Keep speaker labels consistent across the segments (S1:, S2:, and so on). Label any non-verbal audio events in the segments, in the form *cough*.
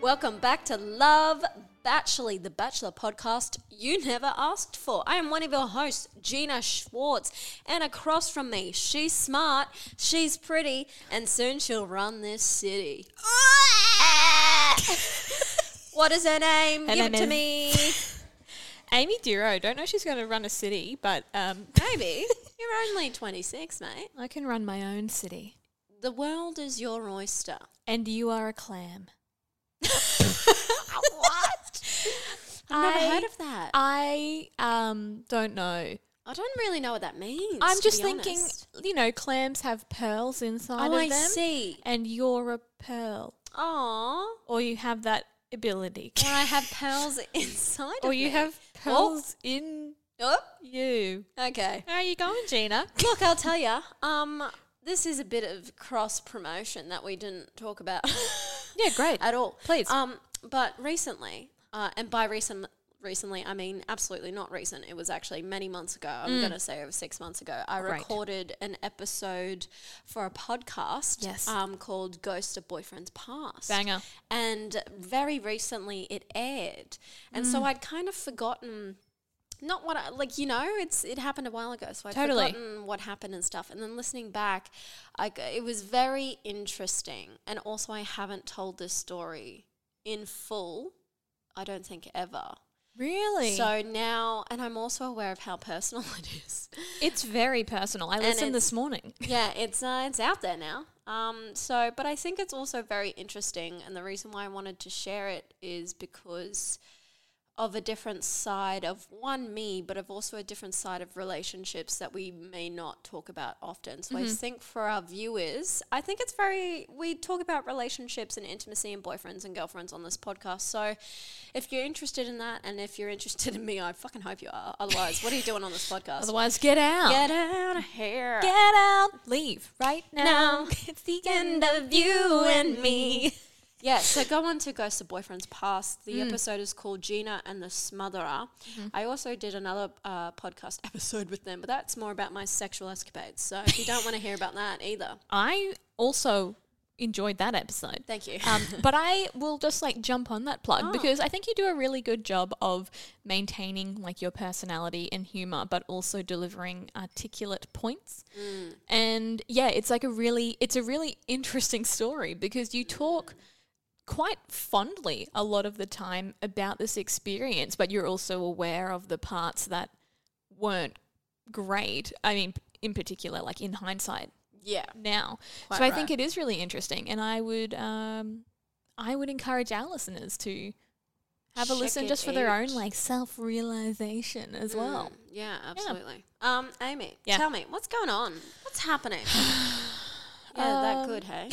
S1: Welcome back to Love Bachelorly, the Bachelor podcast you never asked for. I am one of your hosts, Gina Schwartz, and across from me, she's smart, she's pretty, and soon she'll run this
S2: *laughs*
S1: city. what is her name?
S2: Her
S1: Give it
S2: name
S1: to
S2: is-
S1: me.
S2: Amy Duro, don't know if she's going to run a city, but um, *laughs*
S1: Maybe. You're only 26, mate.
S2: I can run my own city.
S1: The world is your *laughs* oyster.
S2: And you are a clam.
S1: what? I've never
S2: I-
S1: heard of that. I,
S2: I um, don't know.
S1: don't really know what that means.
S2: I'm
S1: to
S2: just
S1: be
S2: thinking,
S1: honest.
S2: you know, clams have pearls inside
S1: Oh,
S2: of
S1: I
S2: them.
S1: see.
S2: And you're a pearl.
S1: Aw.
S2: Or you have that ability.
S1: Or I *laughs* have pearls inside
S2: or
S1: of
S2: you
S1: me.
S2: have pearls in
S1: Oh,
S2: you.
S1: oh, okay.
S2: How are you going, Gina?
S1: Look, I'll tell you. Um, this is a bit of cross promotion that we didn't talk about. *laughs*
S2: Yeah, great.
S1: at all.
S2: Please.
S1: Um, but recently, uh, and by recent recently, I mean absolutely not recent. It was actually many months ago.
S2: Mm.
S1: I'm going to say over six months ago. I
S2: Great.
S1: recorded an episode for a podcast.
S2: Yes.
S1: Um, called Ghost of Boyfriend's Past.
S2: Banger.
S1: And very recently, it aired, and
S2: Mm.
S1: so I'd kind of forgotten. Not what I like, you know. It's it happened a while ago, so I'd
S2: Totally.
S1: forgotten what happened and stuff. And then listening back, I, g- it was very interesting. And also, I haven't told this story in full. I don't think ever.
S2: Really?
S1: So now, and I'm also aware of how personal *laughs* it is.
S2: it's very personal. I
S1: And
S2: listened
S1: it's-
S2: this morning.
S1: yeah, it's uh, it's out there now. Um, so, but I think it's also very interesting, and the reason why I wanted to share it is because of a different side of one me, but of also a different side of relationships that we may not talk about often. So
S2: Mm-hmm.
S1: I think for our viewers, I think it's very we talk about relationships and intimacy and boyfriends and girlfriends on this podcast. So if you're interested in that, and if you're *laughs* interested in me, I fucking hope you are. Otherwise, what are you doing on this podcast?
S2: Otherwise, get out.
S1: Get out of here.
S2: Get out. Leave right now.
S1: Now.
S2: It's the end of you and me.
S1: Yeah, so go on to Ghost of Boyfriend's Past.
S2: Mm.
S1: The episode is called Gina and the Smotherer.
S2: Mm-hmm.
S1: I also did another uh, podcast *laughs* episode with them, but that's more about my sexual escapades. So if you don't want to hear about that either,
S2: I also enjoyed that episode.
S1: thank you. *laughs*
S2: Um, but I will just like jump on that plug because I think you do a really good job of maintaining like your personality and humor, but also delivering articulate points. And yeah, it's like a really, it's a really interesting story because you talk quite fondly a lot of the time about this experience, but you're also aware of the parts that weren't great. I mean, in particular, like in hindsight,
S1: yeah.
S2: now.
S1: Quite
S2: so I think
S1: right.
S2: it is really interesting, and I would um, I would encourage our listeners to have a
S1: Check
S2: listen
S1: it
S2: just for their
S1: out.
S2: own like self realization as well.
S1: Mm, yeah, absolutely. Um, Amy,
S2: Yeah.
S1: tell me, what's going on? What's happening?
S2: *sighs*
S1: yeah, that
S2: Um,
S1: good,
S2: *laughs*
S1: hey?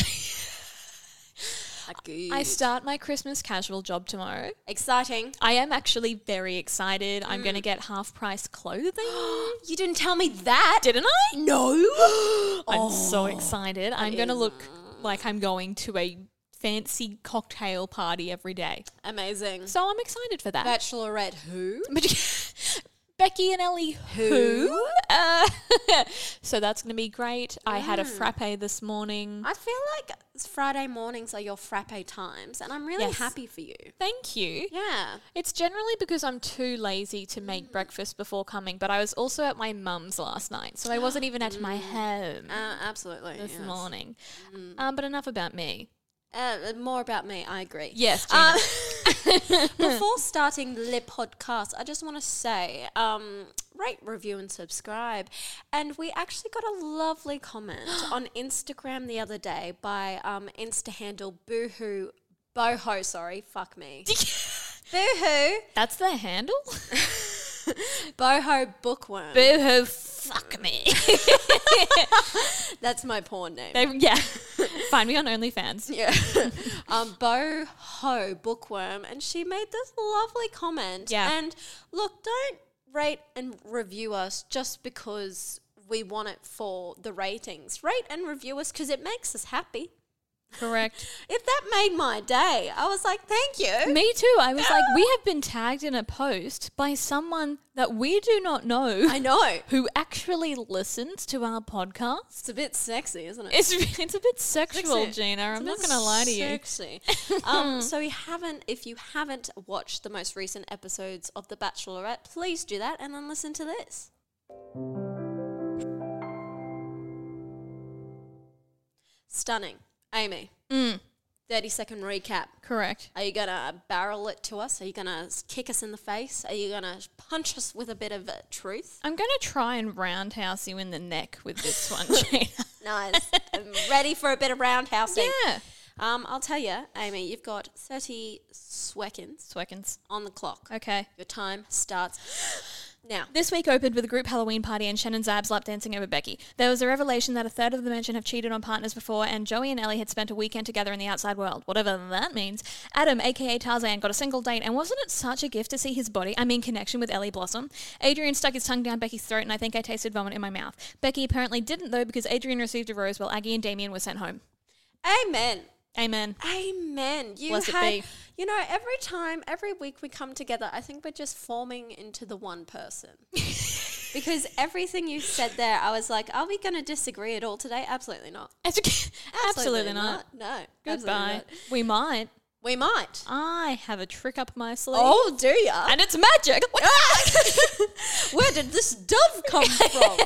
S1: that good.
S2: I start my Christmas casual job tomorrow.
S1: Exciting.
S2: I am actually very excited. I'm
S1: Mm.
S2: going to get half price clothing.
S1: *gasps* You didn't tell me that.
S2: Didn't I? *gasps* Oh.
S1: no. *gasps*
S2: I'm so excited. I'm going to
S1: Oh, is
S2: look like I'm going to a fancy cocktail party every day.
S1: Amazing.
S2: So I'm excited for that.
S1: Bachelorette who?
S2: But- *laughs* Becky and Ellie who?
S1: Who?
S2: Uh, *laughs* so that's going to be great. I had a frappe this morning.
S1: I feel like s- Friday mornings are your frappe times, and I'm really
S2: Yes.
S1: happy for you.
S2: Thank you.
S1: Yeah.
S2: It's generally because I'm too lazy to make
S1: Mm.
S2: breakfast before coming, but I was also at my mum's last night, so I wasn't even at my home
S1: Uh, absolutely.
S2: this
S1: yes. Mm.
S2: morning. Um, but enough about me. Uh,
S1: Uh, more about me, I agree.
S2: Yes,
S1: Um, *laughs* before starting the podcast, I just want to say um, rate, review, and subscribe. And we actually got a lovely
S2: *gasps*
S1: comment on Instagram the other day by um, Insta handle boohoo boho. Sorry, fuck
S2: *laughs*
S1: me. boohoo
S2: *laughs* That's their handle?
S1: *laughs* boho bookworm.
S2: Boohoo, fuck me.
S1: *laughs*
S2: *laughs*
S1: That's my porn name.
S2: they, yeah. Find me on OnlyFans.
S1: Yeah. *laughs* um, Bo Ho Bookworm. And she made this lovely comment.
S2: Yeah.
S1: And look, don't rate and review us just because we want it for the ratings. Rate and review us because it makes us happy.
S2: Correct.
S1: If that made my day, I was like, thank *laughs* you.
S2: Me too. I was like, we have
S1: *laughs*
S2: been tagged in a post by someone that we do not know
S1: I know.
S2: *laughs* who actually listens to our podcast.
S1: *laughs* It's a bit sexy, isn't it?
S2: It's, it's a bit sexual,
S1: Sexy.
S2: Gina.
S1: It's
S2: I'm
S1: a
S2: not
S1: bit
S2: going to lie to you.
S1: Sexy.
S2: *laughs*
S1: um, so we haven't. If you haven't watched the most recent episodes of The Bachelorette, please do that and then listen to this. Stunning, Amy.
S2: Mm.
S1: Thirty second recap.
S2: Correct.
S1: Are you gonna barrel it to us? Are you gonna s- kick us in the face? Are you gonna punch us with a bit of uh,
S2: *laughs*
S1: truth?
S2: I'm going to try and roundhouse you in the neck with
S1: *laughs*
S2: this one, Gina.
S1: Nice. I'm ready for a bit of roundhousing.
S2: yeah.
S1: Um, I'll tell you, Amy, you've got 30 seconds
S2: Sweckins.
S1: on the clock.
S2: Okay.
S1: Your time starts *gasps* now.
S2: This week opened with a group Halloween party and Shannon Zab's lap dancing over Becky. There was a revelation that a third of the mansion have cheated on partners before, and Joey and Ellie had spent a weekend together in the outside world, whatever that means. Adam, aka Tarzan, got a single date, and wasn't it such a gift to see his body? I mean, connection with Ellie Blossom. Adrian stuck his tongue down Becky's throat, and I think I tasted vomit in my mouth. Becky apparently didn't though, because Adrian received a rose while Aggie and Damien were sent home.
S1: Amen.
S2: Amen. *laughs*
S1: Amen. You
S2: Blessed
S1: had,
S2: be.
S1: you know, every time, every week we come together, I think we're just forming into the one *laughs* person. because everything you said there, I was like, are we going to disagree at all today? Absolutely not.
S2: Absolutely, not.
S1: No. absolutely
S2: Goodbye.
S1: not.
S2: We might.
S1: We might.
S2: I have a trick up my sleeve.
S1: Oh, do ya?
S2: And it's magic. *laughs*
S1: Where did this dove come from?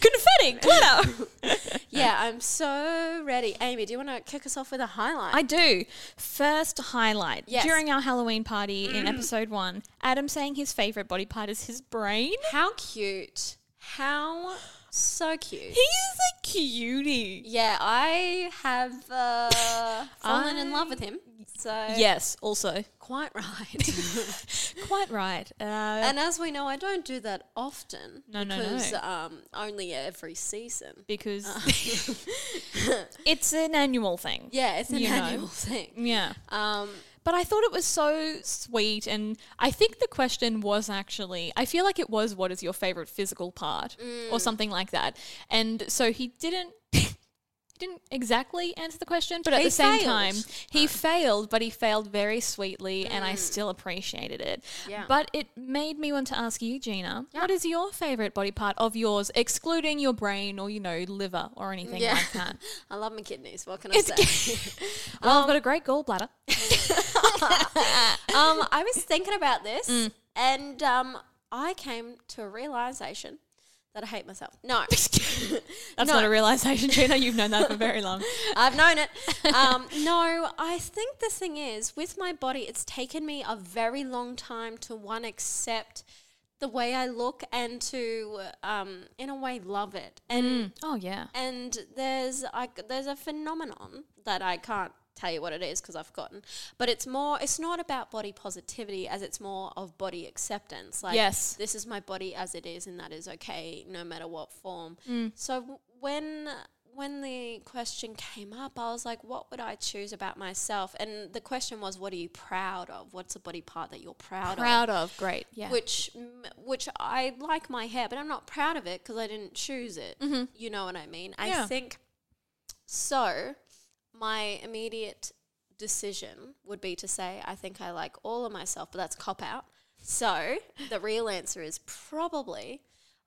S2: Confetti, glitter.
S1: yeah, I'm so ready. Amy, do you want to kick us off with a highlight?
S2: *laughs* I do. First highlight
S1: Yes.
S2: during our Halloween party in episode one, Adam saying his favorite body part is his brain.
S1: How cute. How so cute.
S2: He's a cutie.
S1: Yeah, I have
S2: *laughs*
S1: uh, fallen in
S2: I-
S1: love with him. So,
S2: Yes, also
S1: quite right.
S2: *laughs*
S1: *laughs*
S2: quite right. Uh,
S1: and as we know, I don't do that often.
S2: No, no, no.
S1: because, Um, only every season.
S2: *laughs* because it's an annual thing.
S1: Yeah, it's an
S2: You know.
S1: annual thing.
S2: Yeah.
S1: Um,
S2: But I thought it was so sweet. And I think the question was actually, I feel like it was, what is your favorite physical part
S1: Mm.
S2: or something like that. And so he didn't. *laughs* he Didn't exactly answer the question, but at
S1: He
S2: the same
S1: failed.
S2: time, he failed, but he failed very sweetly, and I still appreciated it.
S1: Mm. Yeah.
S2: But it made me want to ask you, Gina, what is your favorite body part of yours, excluding your brain or, you know, liver or anything
S1: Yeah. *laughs*
S2: like that?
S1: I love my kidneys. What can I
S2: It's-
S1: say?
S2: well, I've got a great gallbladder.
S1: *laughs* um, I
S2: *laughs*
S1: was thinking about this,
S2: Mm.
S1: and um, I came to a realization that I hate myself. No,
S2: *laughs* That's
S1: No.
S2: not a realization, Gina. You've known that for very *laughs* long.
S1: I've known it. Um, no, I think the thing is with my body, it's taken me a very long time to one accept the way I look and to, um, in a way, love it. And
S2: Oh yeah.
S1: and there's I, there's a phenomenon that I can't tell you what it is because I've forgotten. But it's more it's not about body positivity as it's more of body acceptance. Like
S2: Yes.
S1: this is my body as it is, and that is okay, no matter what form.
S2: Mm.
S1: So w- when when the question came up, I was like, what would I choose about myself? And the question was, what are you proud of? What's a body part that you're proud, of?
S2: of. Great. Yeah.
S1: which m- which I like my hair, but I'm not proud of it because I didn't choose it. You know what I mean? I
S2: Mm-hmm. Yeah.
S1: think so. My immediate decision would be to say I think I like all of myself, but that's cop out. So the real answer is probably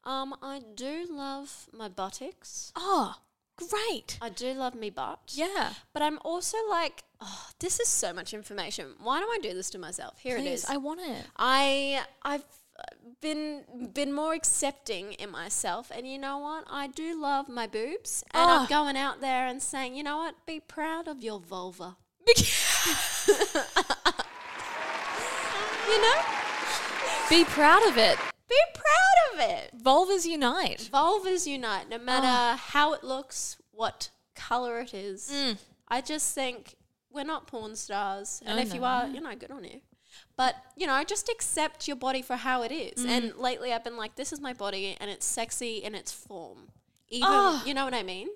S1: um, I do love my buttocks.
S2: oh, great.
S1: I do love me butt.
S2: Yeah.
S1: But I'm also like, oh, this is so much information. Why do I do this to myself? Here it
S2: Please,
S1: is.
S2: I want it.
S1: I I've been been more accepting in myself, and you know what? I do love my boobs, and I'm
S2: Ah.
S1: going out there and saying, you know what? Be proud of your vulva. You know,
S2: Be proud of it.
S1: Be proud of it.
S2: Vulvas unite.
S1: Vulvas unite, no matter how it looks, what color it is. I just think we're not porn stars, and
S2: No,
S1: if
S2: no,
S1: you are, you know, good on you. But you know, just accept your body for how it is. And lately, I've been like, this is my body, and it's sexy in its form. Even
S2: Oh.
S1: you know what I mean.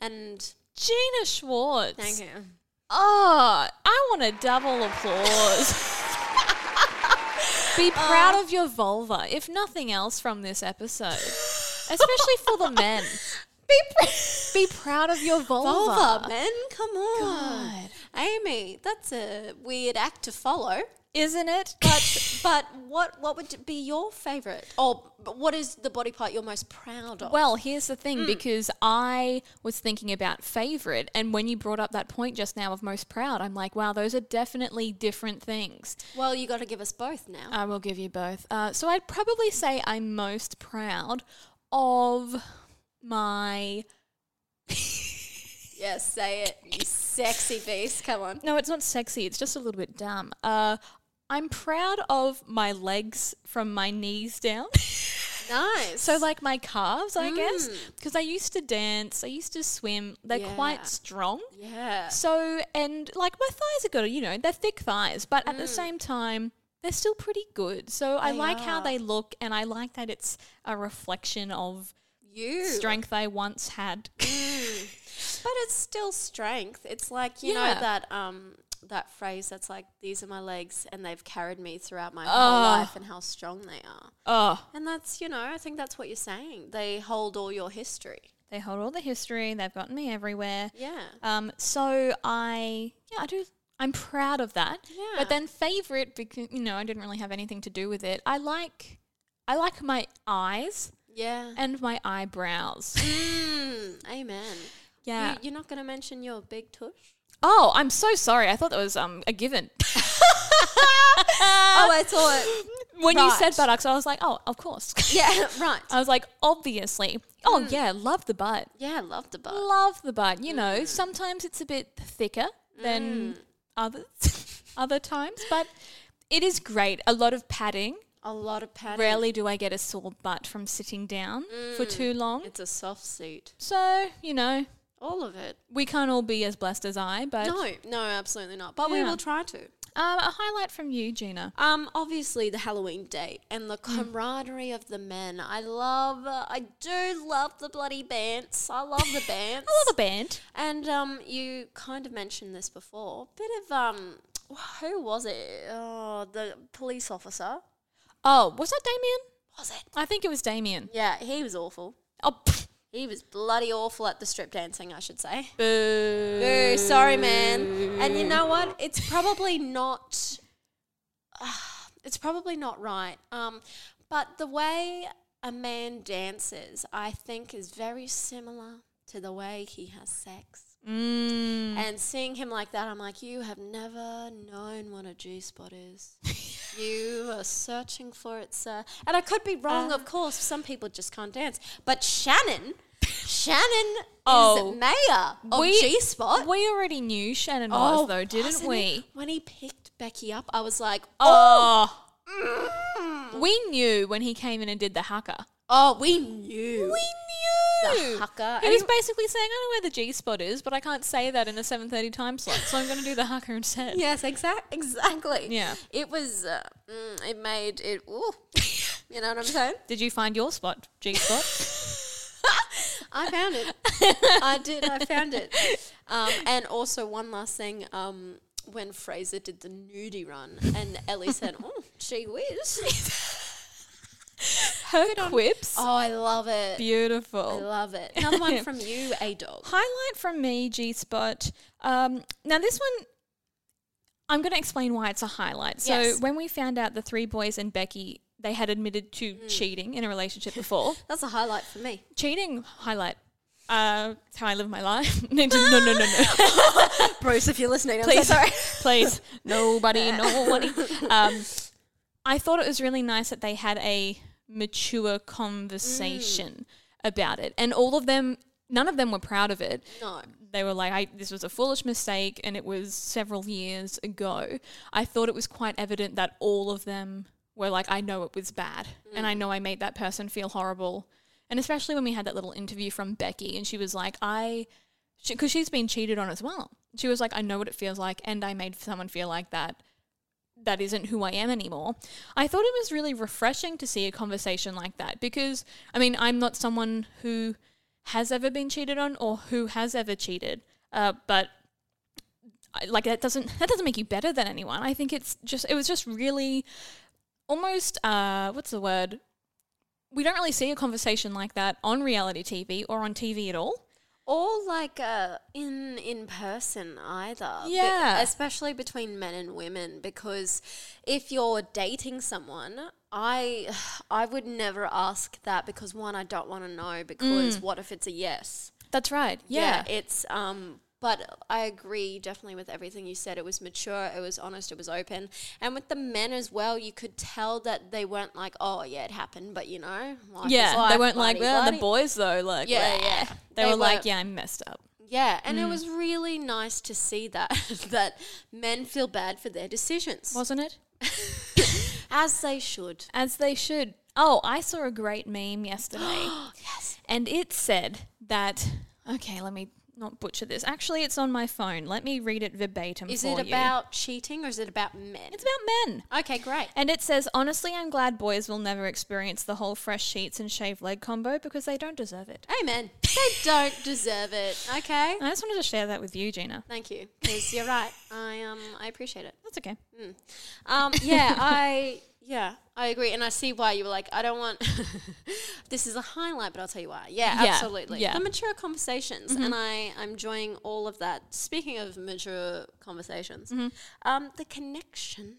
S1: And
S2: Gina Schwartz.
S1: thank you.
S2: Oh, I want a double applause. Be proud of your vulva, if nothing else, from this episode, especially for the men.
S1: Be *laughs*
S2: Be proud of your vulva.
S1: vulva, men. Come on, Amy. That's a weird act to follow.
S2: isn't it?
S1: But but what what would be your favorite? Or but what is the body part you're most proud of?
S2: Well, here's the thing because I was thinking about favorite, and when you brought up that point just now of most proud, I'm like, wow, those are definitely different things.
S1: well, you got to give us both now.
S2: I will give you both. Uh, so I'd probably say I'm most proud of my.
S1: yes, say it, you sexy beast. Come on.
S2: No, it's not sexy. It's just a little bit dumb. Uh, I'm proud of my legs from my knees down.
S1: Nice.
S2: So like my calves, I guess, because I used to dance, I used to swim. They're
S1: Mm. Yeah.
S2: quite strong.
S1: yeah.
S2: So and like my thighs are good, you know, they're thick thighs, but at the same time, they're still pretty good. So I
S1: Mm. They
S2: like how
S1: are.
S2: they look, and I like that it's a reflection of
S1: You.
S2: strength I once had.
S1: But it's still strength. It's like, you know
S2: Yeah.
S1: that um that phrase that's like these are my legs and they've carried me throughout my
S2: Oh.
S1: whole life and how strong they are.
S2: oh,
S1: And that's, you know, I think that's what you're saying. They hold all your history.
S2: they hold all the history. They've gotten me everywhere.
S1: Yeah.
S2: Um, so I, yeah, I do. I'm proud of that.
S1: Yeah.
S2: But then favorite because you know I didn't really have anything to do with it. I like, I like my eyes
S1: Yeah.
S2: and my eyebrows.
S1: Mm, amen.
S2: yeah.
S1: *laughs* You, you're not going to mention your big tush?
S2: oh, I'm so sorry. I thought that was um a
S1: *laughs*
S2: given.
S1: Oh, I thought.
S2: when you said
S1: Right.
S2: buttocks, I was like, oh, of course.
S1: *laughs* Yeah, Hmm. right.
S2: *laughs* I was like, obviously. Oh yeah, love the butt.
S1: Yeah, love the butt.
S2: Love the butt. You know,
S1: Mm.
S2: sometimes it's a bit thicker than others, *laughs* other times, but it is great. A lot of padding.
S1: A lot of padding. Mm.
S2: Rarely do I get a sore butt from sitting down for too long.
S1: It's a soft seat.
S2: So, you know,
S1: All of it.
S2: we can't all be as blessed as I, but
S1: No, no, absolutely not. But we
S2: Yeah.
S1: will try to.
S2: um, a highlight from you, Gina.
S1: Um, obviously the Halloween date and the camaraderie of the men. I love, I do love the bloody bants. I love *laughs* the bants.
S2: I love a band.
S1: And um, you kind of mentioned this before. Bit of um, who was it? Oh, the police officer.
S2: Oh, was that Damien?
S1: Was it?
S2: I think it was Damien.
S1: Yeah, he was awful.
S2: Oh, *laughs* pff,
S1: He was bloody awful at the strip dancing, I should say.
S2: boo.
S1: Boo, sorry, man. And you know what? It's probably not. *sighs* Ah, it's probably not right. Um, but the way a man dances, I think, is very similar to the way he has sex.
S2: Mm.
S1: And seeing him like that, I'm like, you have never known what a G spot
S2: *laughs*
S1: is. you are searching for it, sir. And I could be wrong,
S2: Uh.
S1: of course. Some people just can't dance. But Shannon,
S2: *laughs*
S1: Shannon
S2: Oh.
S1: is mayor of
S2: We-
S1: G spot. Oh,
S2: We already knew Shannon was, though, didn't
S1: wasn't
S2: we?
S1: it? When he picked Becky up, I was like, oh,
S2: Oh. We knew when he came in and did the haka.
S1: oh, we knew.
S2: We
S1: The haka.
S2: He was basically saying, I know where the G spot is, but I can't say that in a 7.30 time slot, so I'm going to do the haka instead.
S1: Yes, exact, exactly.
S2: Yeah.
S1: It was, uh, mm, it made it, ooh. you know what I'm saying?
S2: Did you find your spot, G spot?
S1: *laughs* I found it. *laughs* I did. I found it. Um, and also, one last thing. Um, when Fraser did the nudie run, and Ellie said, "Oh, gee whiz!"
S2: Her quips.
S1: *laughs* oh, I love it. I
S2: Beautiful.
S1: love it. Another *laughs* one from you, a dog.
S2: Highlight from me, G Spot. Um, now, this one, I'm going to explain why it's a highlight. So,
S1: Yes.
S2: when we found out the three boys and Becky, they had admitted to
S1: Mm.
S2: cheating in a relationship before.
S1: *laughs* That's a highlight for me.
S2: cheating highlight. Uh, it's how I live my life. *laughs* no, no, no, no, no.
S1: *laughs* Bruce, if you're listening, I'm
S2: Please,
S1: so
S2: *laughs*
S1: sorry.
S2: please,
S1: *laughs*
S2: nobody, nobody. Um, I thought it was really nice that they had a mature conversation
S1: Mm.
S2: about it, and all of them, none of them were proud of it.
S1: No.
S2: They were like, I, "This was a foolish mistake, and it was several years ago." I thought it was quite evident that all of them were like, I know it was bad and I know I made that person feel horrible. And especially when we had that little interview from Becky and she was like, I, because she's been cheated on as well. She was like, I know what it feels like and I made someone feel like that. That isn't who I am anymore. I thought it was really refreshing to see a conversation like that because, I mean, I'm not someone who has ever been cheated on or who has ever cheated. Uh, but I- like that doesn't that doesn't make you better than anyone. I think it's just it was just really almost uh, what's the word? We don't really see a conversation like that on reality TV or on TV at all.
S1: Or like uh, in in person either. Be-
S2: Yeah.
S1: especially between men and women, because if you're dating someone, I *sighs* I would never ask that because one, I don't want to know
S2: Mm.
S1: because what if it's a yes?
S2: That's right.
S1: it's um but I agree definitely with everything you said. It was mature, it was honest, it was open. And with the men as well, you could tell that they weren't like, Oh yeah, it happened, but you know, life is
S2: yeah. they
S1: life,
S2: weren't like
S1: bloody,
S2: well, the
S1: bloody."
S2: boys though. Like
S1: Yeah,
S2: bleh."
S1: yeah.
S2: They,
S1: They
S2: were like,
S1: weren't-
S2: yeah, Mm. I messed up.
S1: Yeah, and it was really nice to see that *laughs* that men feel bad for their decisions,
S2: Wasn't it?
S1: as they should.
S2: As they should. Oh, I saw a great meme yesterday.
S1: *gasps* Yes.
S2: And it said that, okay, let me not butcher this. Actually, it's on my phone. Let me read it verbatim
S1: Is
S2: for
S1: it
S2: you.
S1: about cheating or is it about men?
S2: It's about men.
S1: okay, great.
S2: And it says, honestly, I'm glad boys will never experience the whole fresh sheets and shaved leg combo because they don't deserve it.
S1: Amen. They don't deserve it. Okay.
S2: And I just wanted to share that with you, Gina.
S1: Thank you, because you're right. I um I appreciate it.
S2: That's okay.
S1: Um,
S2: *laughs*
S1: yeah, I yeah, I agree, and I see why you were like, I don't want. *laughs* this is a highlight, but I'll tell you why. Yeah,
S2: Yeah,
S1: absolutely.
S2: yeah. Mm-hmm.
S1: The mature conversations, and I I'm enjoying all of that. Speaking of mature conversations,
S2: Mm-hmm.
S1: um, the connection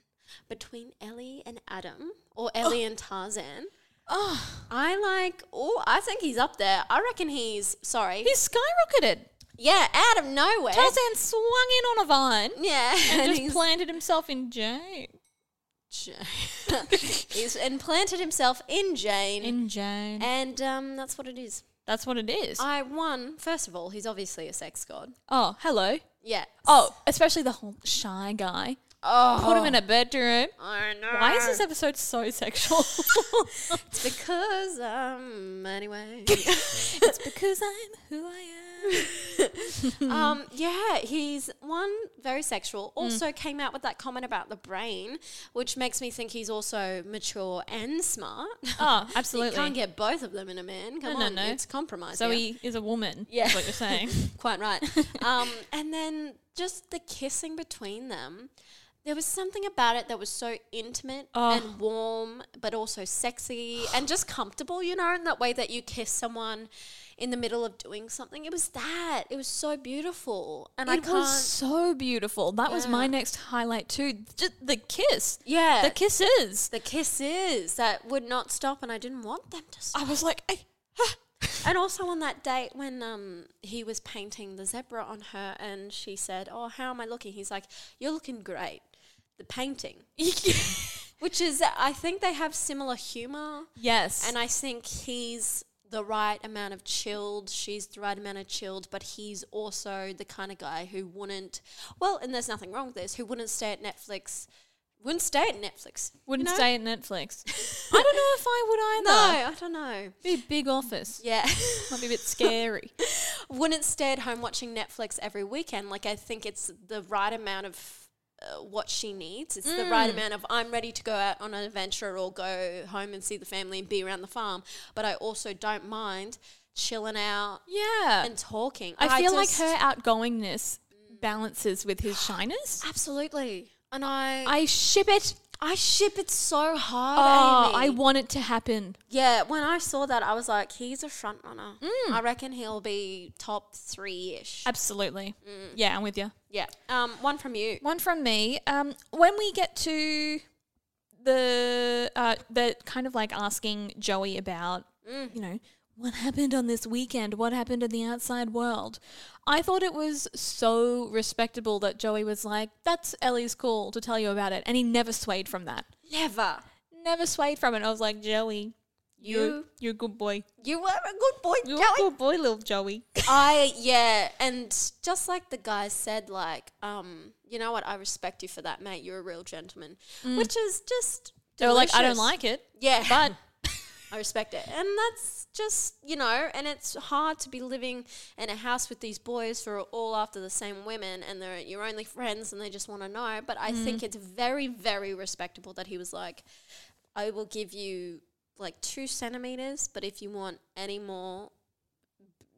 S1: between Ellie and Adam, or Ellie and Tarzan. Oh, I like. Oh, I think he's up there. I reckon he's sorry.
S2: He's skyrocketed.
S1: yeah, out of nowhere.
S2: Tarzan swung in on a vine
S1: yeah, *laughs*
S2: and just
S1: he's-
S2: planted himself in Jane.
S1: *laughs* he's and planted himself in Jane.
S2: *laughs* In Jane.
S1: And um, that's what it is.
S2: That's what it is.
S1: I won. First of all, he's obviously a sex god.
S2: oh, hello.
S1: Yeah.
S2: Oh, especially the whole shy guy.
S1: Oh.
S2: Put him in a bedroom.
S1: I know.
S2: Why is this episode
S1: *laughs*
S2: so sexual? *laughs*
S1: It's because um. Anyway.
S2: *laughs* it's because I'm who I
S1: um. Yeah. He's one very sexual.
S2: Mm.
S1: Also came out with that comment about the brain, which makes me think he's also mature and smart. *laughs*
S2: am. Oh,
S1: you
S2: absolutely.
S1: can't get both of them in a man. Come
S2: No, no,
S1: on.
S2: no.
S1: It's compromised.
S2: so
S1: here.
S2: he is a woman.
S1: Yeah.
S2: is what you're saying.
S1: *laughs* Quite
S2: *laughs*
S1: right. um, and then just the kissing between them. There was something about it that was so intimate
S2: Oh.
S1: and warm, but also
S2: *sighs*
S1: sexy and just comfortable, you know, in that way that you kiss someone in the middle of doing something. It was that. It was so beautiful. And I
S2: it
S1: can't.
S2: was so beautiful. That was my next highlight too. Just the kiss.
S1: yeah.
S2: The
S1: The,
S2: kisses.
S1: kisses that would not stop, and I didn't want them to stop.
S2: I was like, I,
S1: And also on that date when um, he was painting the zebra on her, and she said, "Oh, how am I looking?" He's like, "You're looking great." The painting, which is, I think they have similar humor,
S2: *laughs* yes.
S1: and I think he's the right amount of chilled. She's the right amount of chilled, but he's also the kind of guy who wouldn't. Well, and there's nothing wrong with this. Who wouldn't stay at Netflix? Wouldn't stay at Netflix. you
S2: wouldn't
S1: know?
S2: stay at
S1: *laughs*
S2: Netflix. I don't know if I would
S1: No,
S2: either.
S1: I don't know.
S2: Be a big office.
S1: Yeah.
S2: Might be a bit scary.
S1: wouldn't stay at home watching Netflix every weekend. Like I think it's the right amount of uh, what she needs. It's the right amount of I'm ready to go out on an adventure or go home and see the family and be around the farm, but I also don't mind chilling out
S2: yeah.
S1: and talking.
S2: I feel
S1: just-
S2: like her outgoingness balances with his shyness.
S1: absolutely. And I, I
S2: I ship it.
S1: ship it so hard.
S2: Oh,
S1: Amy.
S2: I want it to happen.
S1: Yeah, when I saw that, I was like, he's a front runner. I reckon he'll be top three ish.
S2: Absolutely.
S1: Mm.
S2: Yeah, I'm with you.
S1: Yeah. Um, one from you.
S2: One from me. Um, when we get to the uh, the kind of like asking Joey about,
S1: Mm.
S2: you know, what happened on this weekend? What happened in the outside world? I thought it was so respectable that Joey was like, "That's Ellie's call to tell you about it," and he never swayed from that.
S1: Never.
S2: Never swayed from it. I was like, Joey, you
S1: You-
S2: you're a good boy.
S1: You were a good boy,
S2: You're a
S1: *laughs*
S2: good boy, little Joey.
S1: I yeah, and just like the guy said, like, um, you know what? I respect you for that, mate. You're a real gentleman, which is just
S2: Mm. They were like, I don't
S1: Delicious.
S2: like it,
S1: Yeah.
S2: but *laughs*
S1: I respect it. And that's just, you know, and it's hard to be living in a house with these boys who are all after the same women and they're your only friends and they just want to know. But I
S2: Mm.
S1: think it's very, very respectable that he was like, I will give you like two centimeters, but if you want any more,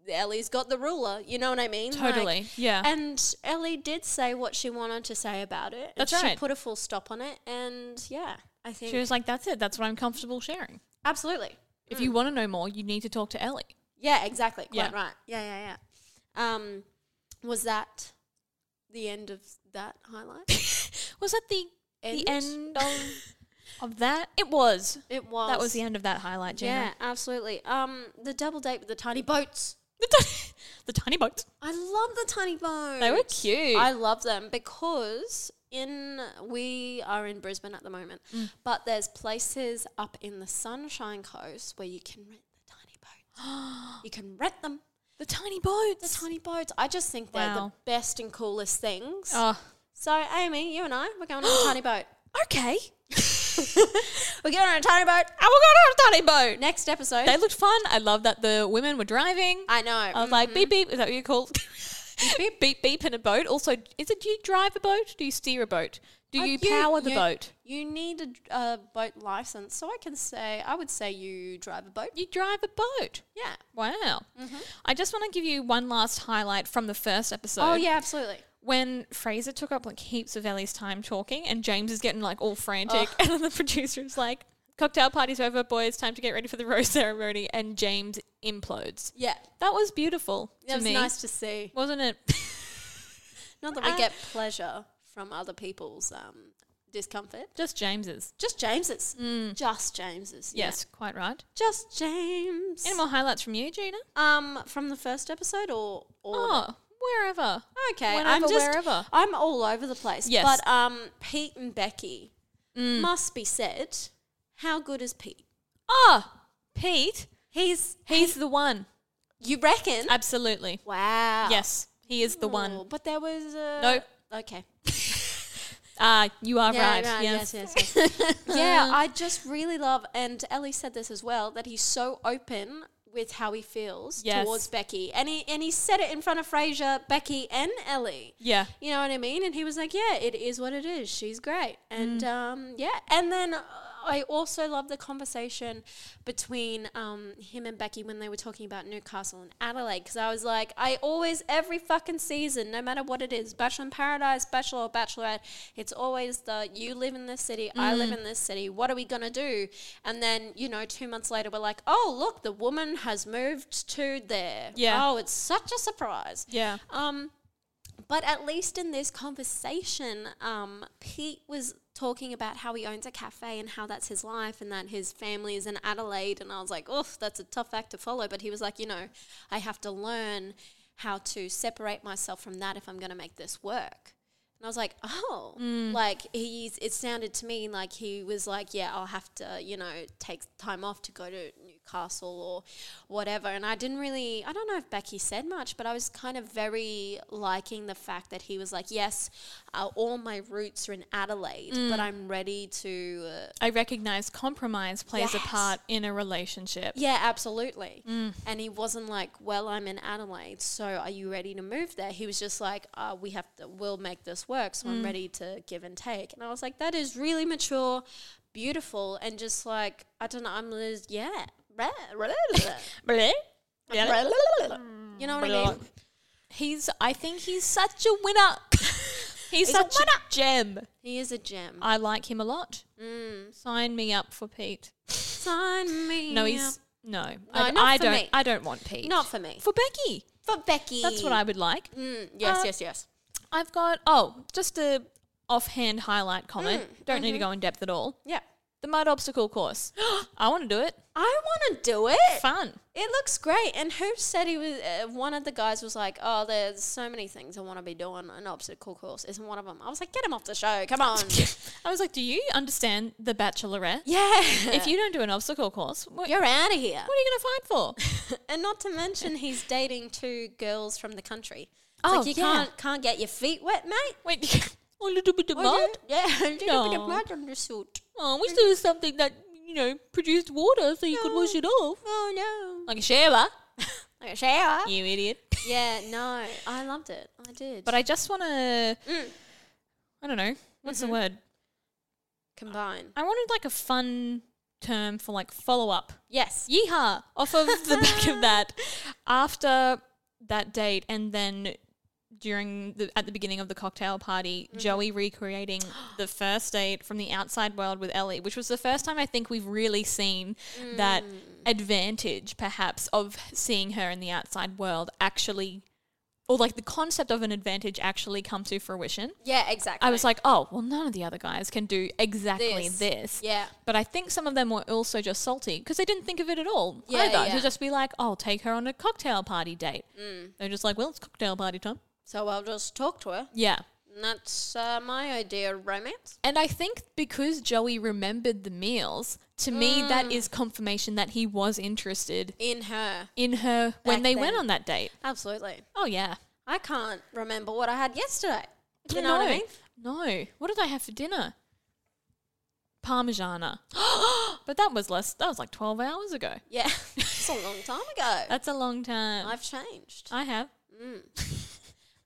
S1: Ellie's got the ruler. You know what I mean? Like,
S2: totally, yeah.
S1: and Ellie did say what she wanted to say about it. and
S2: That's
S1: She
S2: right.
S1: put a full stop on it. And yeah, I think.
S2: she was like, that's it. That's what I'm comfortable sharing.
S1: absolutely.
S2: If
S1: Hmm.
S2: you want to know more, you need to talk to Ellie.
S1: Yeah, exactly. Quite
S2: Yeah.
S1: right. Yeah, yeah, yeah. Um, was that the end of that
S2: *laughs*
S1: highlight?
S2: Was that the
S1: End?
S2: the end of of that? It was.
S1: It was.
S2: That was the end of that highlight,
S1: Yeah,
S2: Gina.
S1: absolutely. Um, the double date with the tiny boats.
S2: The, tiny, *laughs* the tiny boats.
S1: I love the tiny boats.
S2: They were cute.
S1: I love them because in we are in Brisbane at the moment,
S2: Mm.
S1: but there's places up in the Sunshine Coast where you can rent the tiny boats.
S2: *gasps*
S1: you can rent them.
S2: The tiny boats.
S1: The tiny boats. I just think they're the
S2: Wow.
S1: best and coolest things.
S2: Oh,
S1: So, Amy, you and I, we're going on a
S2: *gasps*
S1: tiny
S2: *laughs*
S1: boat.
S2: okay.
S1: We're going on a tiny boat.
S2: I will go on a tiny boat.
S1: Next episode.
S2: They looked fun. I love that the women were driving.
S1: I know. Mm-hmm.
S2: I was like, beep beep. Is that what you call? beep beep beep in a boat. Also, is it do you drive a boat? Do you steer a boat? Do
S1: Uh,
S2: you, power the boat?
S1: You need a d- a, boat license. So I can say, I would say you drive a boat.
S2: You drive a boat.
S1: Yeah.
S2: Wow.
S1: Mm-hmm.
S2: I just want to give you one last highlight from the first episode.
S1: Oh, yeah, absolutely.
S2: When Fraser took up like heaps of Ellie's time talking and James is getting like all frantic *laughs* and then the producer is like, cocktail party's over, boys, time to get ready for the rose ceremony and James implodes.
S1: Yeah.
S2: That was beautiful
S1: That
S2: to
S1: was
S2: me.
S1: nice to see.
S2: Wasn't it?
S1: Not that we
S2: I-
S1: get pleasure from other people's um, discomfort.
S2: Just James's.
S1: Just James's. Just James's. yeah.
S2: Mm. Yes, quite right.
S1: Just James.
S2: Any more highlights from you, Gina?
S1: Um, from the first episode or all of it?
S2: Oh, wherever.
S1: Okay,
S2: Whenever,
S1: I'm just
S2: wherever.
S1: I'm all over the place.
S2: Yes. Mm.
S1: but um, Pete and Becky must be said. How good is Pete?
S2: Oh, Pete.
S1: He's
S2: He's the one. Ah.
S1: you reckon?
S2: *laughs* Absolutely.
S1: wow.
S2: Yes, he is the
S1: Ooh,
S2: one.
S1: But there was uh,
S2: Nope.
S1: Okay.
S2: Ah, you are
S1: Yeah,
S2: right.
S1: no,
S2: yes. *laughs*
S1: yes, yes. yeah, I just really love, and Ellie said this as well, that he's so open with how he feels
S2: Yes.
S1: towards Becky, and he and he said it in front of Fraser, Becky, and Ellie.
S2: Yeah.
S1: You know what I mean? And he was like, "Yeah, it is what it is. She's great." And um, yeah, and then uh, I also love the conversation between um, him and Becky when they were talking about Newcastle and Adelaide. Because I was like, I always every fucking season, no matter what it is, Bachelor in Paradise, Bachelor or Bachelorette, it's always the you live in this city, I live in this city. What are we gonna do? And then you know, two months later, we're like, oh look, the woman has moved to there.
S2: Yeah.
S1: Oh, it's such a surprise.
S2: Yeah.
S1: Um, but at least in this conversation, um, Pete was talking about how he owns a cafe and how that's his life and that his family is in Adelaide. And I was like, oh, that's a tough act to follow. But he was like, you know, I have to learn how to separate myself from that if I'm going to make this work. And I was like, oh, like he's, it sounded to me like he was like, yeah, I'll have to, you know, take time off to go to Newcastle or whatever. And I didn't really, I don't know if Becky said much, but I was kind of very liking the fact that he was like, yes, uh, all my roots are in Adelaide, but I'm ready to. Uh,
S2: I recognize compromise plays a
S1: Yes.
S2: part in a relationship.
S1: yeah, absolutely.
S2: Mm.
S1: And he wasn't like, well, I'm in Adelaide, so are you ready to move there? He was just like, uh, we have to, we'll make this work, so
S2: Mm.
S1: I'm ready to give and take. And I was like, that is really mature, beautiful, and just like, I don't know, I'm, just- yeah.
S2: *laughs* Bleh.
S1: You know what I mean?
S2: He's I think he's such a winner. *laughs* he's,
S1: a
S2: such a,
S1: winner.
S2: gem.
S1: He is a gem.
S2: I like him a lot. Sign me up for Pete.
S1: Sign me.
S2: No,
S1: up.
S2: he's no. I,
S1: not
S2: I
S1: for
S2: don't
S1: me.
S2: I don't want Pete.
S1: Not for me.
S2: For Becky.
S1: for Becky.
S2: That's what I would like.
S1: Mm, yes,
S2: Uh,
S1: yes, yes.
S2: I've got oh, just a offhand highlight comment.
S1: Mm,
S2: don't need to
S1: mm-hmm.
S2: go in depth at all.
S1: Yeah.
S2: The mud obstacle course. *gasps* I want to do it.
S1: I want to do it.
S2: Fun.
S1: It looks great. And who said he was? Uh, one of the guys was like, "Oh, there's so many things I want to be doing. An obstacle course isn't one of them." I was like, "Get him off the show! Come
S2: *laughs*
S1: on!"
S2: I was like, do you understand the Bachelorette?
S1: yeah.
S2: *laughs* If you don't do an obstacle course,
S1: *laughs*
S2: what,
S1: You're out of here.
S2: what are you going to fight for?
S1: *laughs* And not to mention, he's dating two girls from the country. It's
S2: Oh,
S1: like you
S2: yeah.
S1: can't can't get your feet wet, mate. *laughs*
S2: Wait, a little bit of
S1: Or you-
S2: mud?
S1: Yeah, *laughs* a little bit of
S2: No.
S1: mud on your suit.
S2: oh, we do something that, you know, produced water so you could wash it off.
S1: Oh
S2: Like a shower. *laughs*
S1: no. Like a shower.
S2: you idiot.
S1: Yeah, no. I loved it. I did.
S2: But I just want to,
S1: Mm.
S2: I don't know, what's
S1: Mm-hmm.
S2: the word?
S1: combine.
S2: I wanted like a fun term for like follow up.
S1: Yes.
S2: Yeehaw! Off of the back of that, after that date, and then during the at the beginning of the cocktail party, Joey recreating the first date from the outside world with Ellie, which was the first time I think we've really seen that advantage, perhaps, of seeing her in the outside world actually, or like the concept of an advantage actually come to fruition.
S1: Yeah, exactly.
S2: I was like, oh, well, none of the other guys can do exactly
S1: This.
S2: this.
S1: Yeah.
S2: But I think some of them were also just salty because they didn't think of it at all
S1: Yeah,
S2: either.
S1: yeah.
S2: To just be like, oh, take her on a cocktail party date.
S1: Mm.
S2: They're just like, well, it's cocktail party time.
S1: so I'll just talk to her.
S2: Yeah.
S1: And that's uh, my idea of romance.
S2: And I think because Joey remembered the meals, to me,
S1: Mm.
S2: that is confirmation that he was interested
S1: In her.
S2: in her when
S1: Back
S2: they went
S1: then.
S2: on that date.
S1: Absolutely.
S2: Oh, yeah.
S1: I can't remember what I had yesterday. You know what I mean?
S2: No. What did I have for dinner? Parmigiana. *gasps* but that was less, that was like 12 hours ago.
S1: Yeah. it's a long time ago.
S2: That's a long time. I've,
S1: I've
S2: Uh,
S1: changed.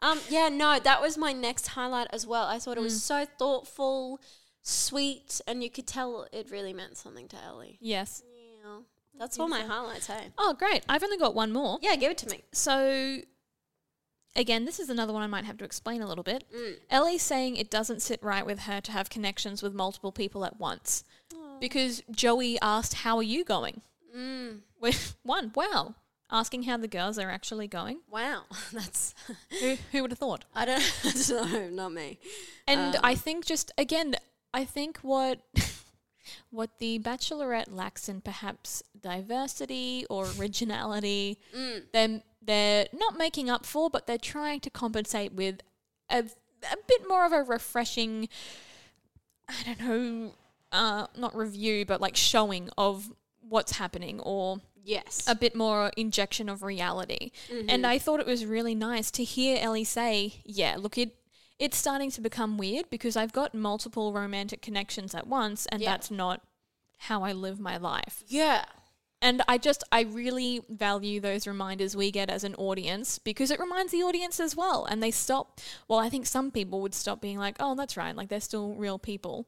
S1: Um, yeah, no, that was my next highlight as well. I thought it was so thoughtful, sweet, and you could tell it really meant something to Ellie.
S2: Yes.
S1: Yeah. That's all my highlights, hey?
S2: Oh, great. I've only got one more.
S1: Yeah, give it to me.
S2: So, again, this is another one I might have to explain a little bit. Ellie's saying it doesn't sit right with her to have connections with multiple people at once because Joey asked, How are you going? With *laughs* one, wow. Asking how the girls are actually going.
S1: Wow. *laughs* That's,
S2: Who, who would have thought?
S1: I don't, *laughs* no, not me.
S2: And I think just again, I think what *laughs* what the Bachelorette lacks in perhaps diversity or originality, they're they're not making up for, but they're trying to compensate with a, a bit more of a refreshing, I don't know, uh, not review, but like showing of what's happening or
S1: Yes.
S2: a bit more injection of reality. And I thought it was really nice to hear Ellie say, "Yeah, look it it's starting to become weird because I've got multiple romantic connections at once and
S1: Yeah.
S2: that's not how I live my life."
S1: yeah.
S2: And I just I really value those reminders we get as an audience because it reminds the audience as well and they stop well, I think some people would stop being like, "Oh, that's right, like they're still real people."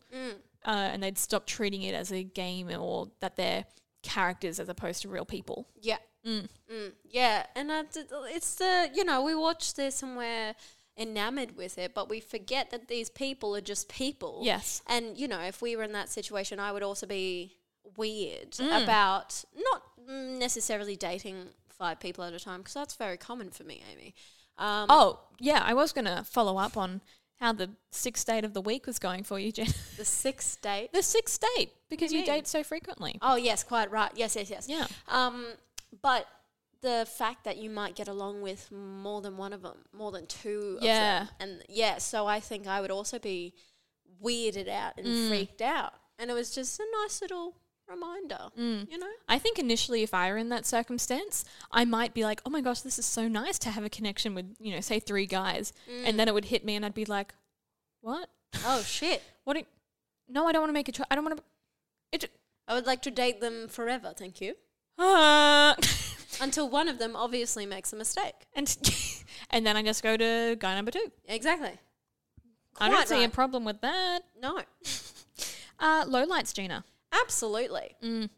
S2: Uh, and they'd stop treating it as a game or that they're characters as opposed to real people.
S1: Yeah. Mm. Yeah. And I d- it's the, you know, we watch this and we're enamored with it, but we forget that these people are just people.
S2: Yes.
S1: And, you know, if we were in that situation, I would also be weird about not necessarily dating five people at a time because that's very common for me, Amy. Um,
S2: Oh, yeah, I was going to follow up on how the sixth date of the week was going for you, Jen. *laughs*
S1: The sixth date.
S2: the sixth date, because
S1: do you
S2: you,
S1: mean?
S2: date so frequently.
S1: Oh, yes, quite right. Yes, yes, yes.
S2: Yeah.
S1: Um, but the fact that you might get along with more than one of them, more than two
S2: Yeah.
S1: of them. And yeah, so I think I would also be weirded out and
S2: Mm.
S1: freaked out. And it was just a nice little reminder,
S2: Mm.
S1: you know?
S2: I think initially, if I were in that circumstance, I might be like, oh my gosh, this is so nice to have a connection with, you know, say three guys.
S1: Mm.
S2: And then it would hit me and I'd be like, what?
S1: Oh, shit.
S2: What? do- no, I don't want to make a choice. I don't want to. It.
S1: I would like to date them forever, thank you.
S2: Uh,
S1: Until one of them obviously makes a mistake.
S2: *laughs* and, *laughs* and then I just go to guy number two.
S1: Exactly.
S2: I don't
S1: Quite
S2: see a
S1: right.
S2: problem with that.
S1: No.
S2: *laughs* Uh, low lights, Gina.
S1: Absolutely. Um,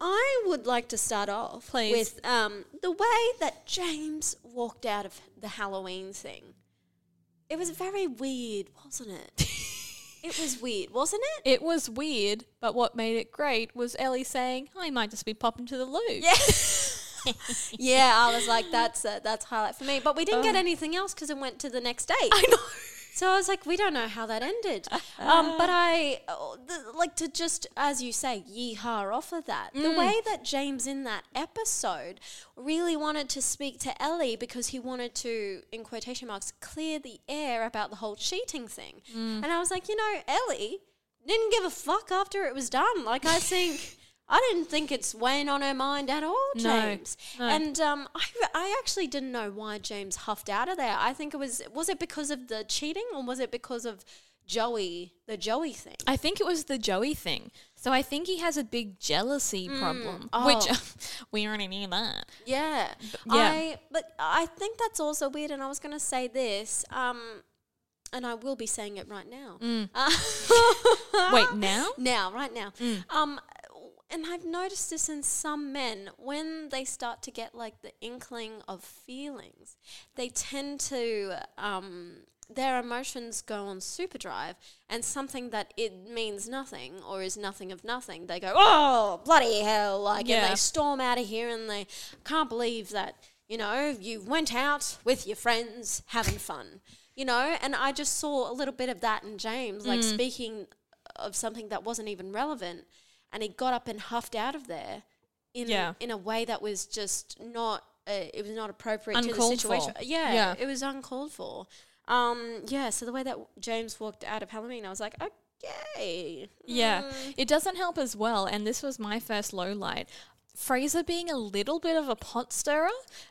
S1: I would like to start off
S2: Please.
S1: with um, the way that James walked out of the Halloween thing. It was very weird, wasn't *laughs* it? it was weird, wasn't it?
S2: It was weird, but what made it great was Ellie saying, "I might just be popping to the loo."
S1: Yeah. *laughs* yeah, I was like, that's a, that's highlight for me. But we didn't get anything else because it went to the next date. Oh. I know. So I was like, we don't know how that ended.
S2: Uh-huh.
S1: um, but I oh, the, like to just, as you say, yeehaw off of that.
S2: Mm.
S1: The way that James in that episode really wanted to speak to Ellie because he wanted to, in quotation marks, clear the air about the whole cheating thing.
S2: Mm.
S1: And I was like, you know, Ellie didn't give a fuck after it was done. Like, I think. I didn't think it's weighing on her mind at all,
S2: No,
S1: James. And um, I, I actually didn't know why James huffed out of there. I think it was was it because of the cheating or was it because of Joey, the Joey thing.
S2: I think it was the Joey thing. So I think he has a big jealousy
S1: Mm,
S2: problem,
S1: oh.
S2: which *laughs* we already knew that.
S1: Yeah.
S2: yeah.
S1: I but I think that's also weird and I was going to say this um and I will be saying it right now. Uh,
S2: Mm. *laughs* Wait, now?
S1: Now, right now. Um and I've noticed this in some men when they start to get like the inkling of feelings, they tend to um their emotions go on superdrive and something that it means nothing or is nothing of nothing they go oh bloody hell like and
S2: Yeah.
S1: they storm out of here and they can't believe that you know you went out with your friends having fun you know and i just saw a little bit of that in james like speaking of something that wasn't even relevant and he got up and huffed out of there in
S2: Yeah.
S1: in a way that was just not uh, it was not appropriate
S2: Uncalled
S1: to the situation Uh,
S2: for.
S1: yeah,
S2: Yeah.
S1: it was uncalled for um yeah so the way that james walked out of halloween i was like okay
S2: Yeah. It doesn't help as well. And this was my first low light. Fraser being a little bit of a pot stirrer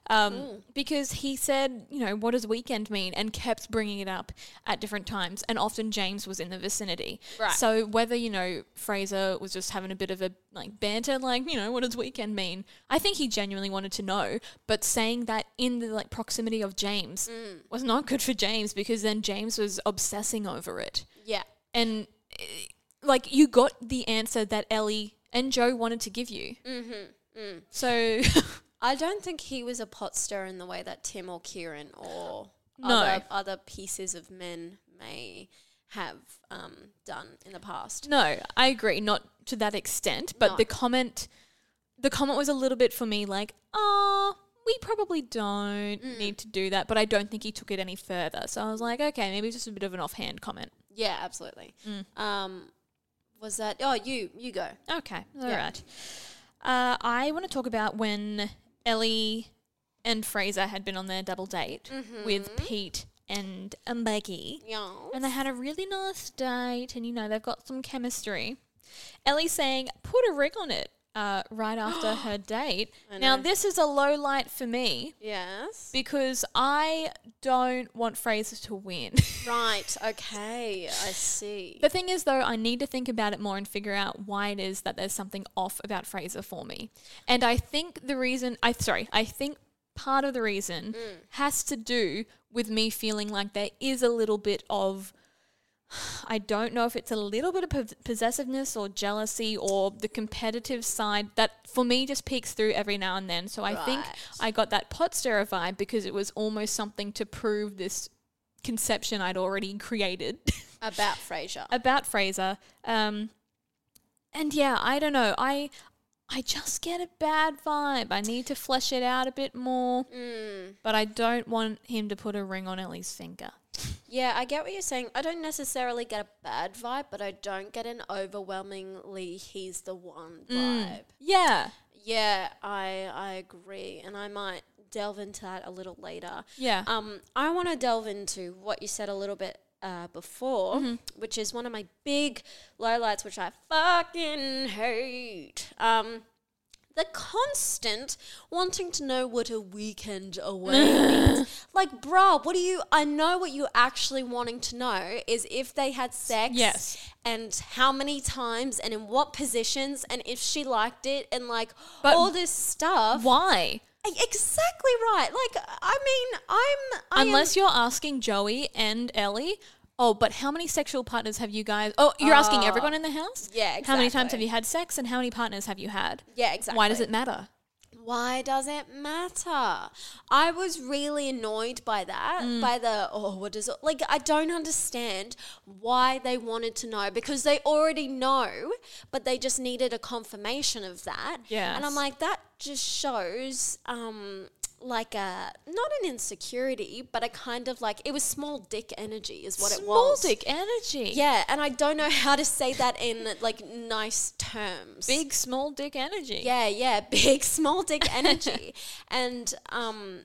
S2: um, because he said, you know, what does weekend mean? And kept bringing it up at different times. And often James was in the vicinity.
S1: Right.
S2: So whether, you know, Fraser was just having a bit of a like banter, like, you know, what does weekend mean? I think he genuinely wanted to know. But saying that in the like proximity of James was not good for James because then James was obsessing over it
S1: yeah
S2: and eh, like you got the answer that Ellie and Joe wanted to give you. Mm-hmm. So *laughs*
S1: I don't think he was a pot stirrer in the way that Tim or Kieran or
S2: No.
S1: other, other pieces of men may have um, done in the past.
S2: no, I agree, not to that extent, but
S1: No.
S2: the comment, the comment was a little bit for me like, ah, we probably don't need to do that, but I don't think he took it any further. So I was like, okay, maybe just a bit of an offhand comment.
S1: Yeah, absolutely.
S2: Mm.
S1: Um, was that? Oh, you you go.
S2: Okay, all right.
S1: Yeah.
S2: Uh, I want to talk about when Ellie and Fraser had been on their double date with Pete and Maggie.
S1: Yeah.
S2: And they had a really nice date, and you know, they've got some chemistry. Ellie saying, put a ring on it uh, right after her date. Now, this is a low light for me
S1: Yes.
S2: because I don't want Fraser to win. *laughs*
S1: Right. Okay. I see.
S2: The thing is, though, I need to think about it more and figure out why it is that there's something off about Fraser for me. And I think the reason, I sorry, I think part of the reason has to do with me feeling like there is a little bit of. I don't know if it's a little bit of pos- possessiveness or jealousy or the competitive side that for me just peeks through every now and then. So I think
S1: Right.
S2: I got that pot stirrer vibe because it was almost something to prove this conception I'd already created *laughs*
S1: About Frasier.
S2: about Fraser. Um, and yeah, I don't know. I I just get a bad vibe. I need to flesh it out a bit more.
S1: Mm.
S2: But I don't want him to put a ring on Ellie's finger.
S1: Yeah, I get what you're saying. I don't necessarily get a bad vibe, but I don't get an overwhelmingly he's the one vibe.
S2: Yeah.
S1: Yeah, I I agree, and I might delve into that a little later.
S2: Yeah.
S1: Um, I want to delve into what you said a little bit uh, before,
S2: Mm-hmm.
S1: which is one of my big lowlights, which I fucking hate. Um, the constant wanting to know what a weekend
S2: *laughs*
S1: away means. Like, bruh, what do you? I know what you actually wanting to know is if they had sex,
S2: Yes.
S1: and how many times, and in what positions, and if she liked it, and like
S2: But
S1: all this stuff.
S2: Why?
S1: E- Exactly right. Like, I mean, I'm I am-
S2: Unless you're asking Joey and Ellie. Oh, but how many sexual partners have you guys? Oh, you're asking everyone in the house?
S1: Ah. Yeah,
S2: How many times have
S1: exactly.
S2: you had sex and how many partners have you had?
S1: Yeah,
S2: Why does
S1: exactly.
S2: it matter?
S1: why does it matter? I was really annoyed by that,
S2: Mm.
S1: by the, oh, what does it, like, I don't understand why they wanted to know because they already know, but they just needed a confirmation of that. And
S2: Yes.
S1: I'm like, that just shows, um, like a not an insecurity, but a kind of like it was small dick energy is what it
S2: Small
S1: was.
S2: dick energy.
S1: Yeah, and I don't know how to say that in like nice terms.
S2: Big small dick energy.
S1: Yeah, yeah, *laughs* big small
S2: *laughs*
S1: dick energy. and um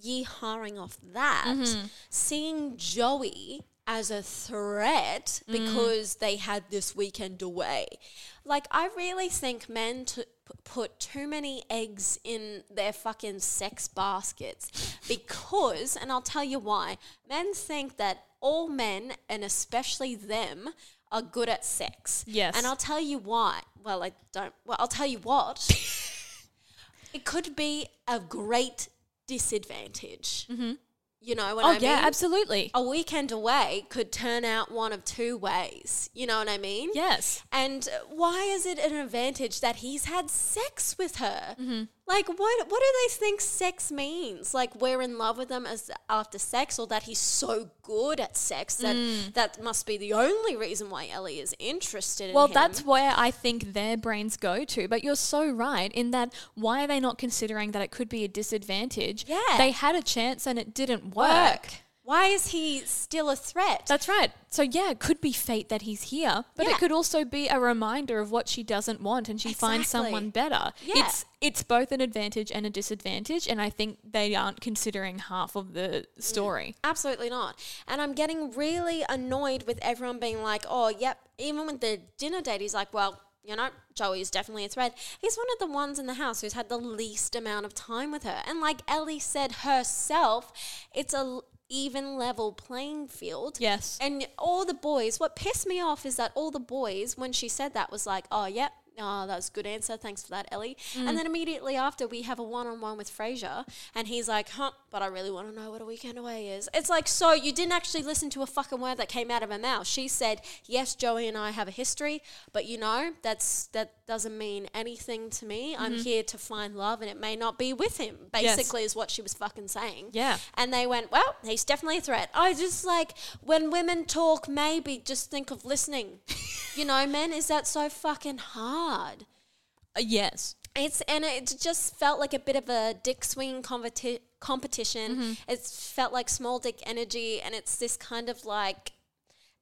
S1: ye harring off that,
S2: Mm-hmm.
S1: seeing Joey as a threat
S2: Mm.
S1: because they had this weekend away. Like I really think men to put too many eggs in their
S2: *laughs*
S1: fucking sex baskets because and I'll tell you why. Men think that all men and especially them are good at sex.
S2: Yes.
S1: And I'll tell you why. Well, I don't. Well, I'll tell you what. it could be a great disadvantage. Mm-hmm. You know what
S2: oh
S1: I mean? Oh.
S2: yeah, absolutely.
S1: A weekend away could turn out one of two ways. You know what I mean?
S2: Yes.
S1: And why is it an advantage that he's had sex with her?
S2: Mm-hmm.
S1: Like, what what do they think sex means? Like, we're in love with them as after sex, or that he's so good at sex that
S2: Mm.
S1: that must be the only reason why Ellie is interested.
S2: Well,
S1: in him.
S2: that's where I think their brains go to. But you're so right in that why are they not considering that it could be a disadvantage?
S1: Yeah.
S2: They had a chance and it didn't work.
S1: Why is he still a threat?
S2: That's right. So, yeah, it could be fate that he's here, but
S1: Yeah.
S2: it could also be a reminder of what she doesn't want and she finds
S1: Exactly.
S2: someone better.
S1: Yeah.
S2: It's, it's both an advantage and a disadvantage, and I think they aren't considering half of the
S1: Mm.
S2: story.
S1: Absolutely not. And I'm getting really annoyed with everyone being like, oh, yep. Even with the dinner date, he's like, well, you know, Joey is definitely a threat. He's one of the ones in the house who's had the least amount of time with her. And like Ellie said herself, it's a l- even level playing field.
S2: Yes.
S1: And all the boys, what pissed me off is that all the boys, when she said that, was like, oh, yep. Oh, that was a good answer. Thanks for that, Ellie. And then immediately after, we have a one-on-one with Fraser, and he's like, "Huh, but I really want to know what a weekend away is." It's like, so you didn't actually listen to a fucking word that came out of her mouth. She said, "Yes, Joey and I have a history, but you know, that's that doesn't mean anything to me. I'm here to find love, and it may not be with him."
S2: Yes.
S1: Basically, is what she was fucking saying.
S2: Yeah.
S1: And they went, well, he's definitely a threat. I just like, when women talk, maybe just think of
S2: *laughs*
S1: listening. you know, men, is that so fucking hard?
S2: Uh, yes.
S1: It's and it just felt like a bit of a dick swinging competi- competition.
S2: Mm-hmm.
S1: It's felt like small dick energy, and it's this kind of like,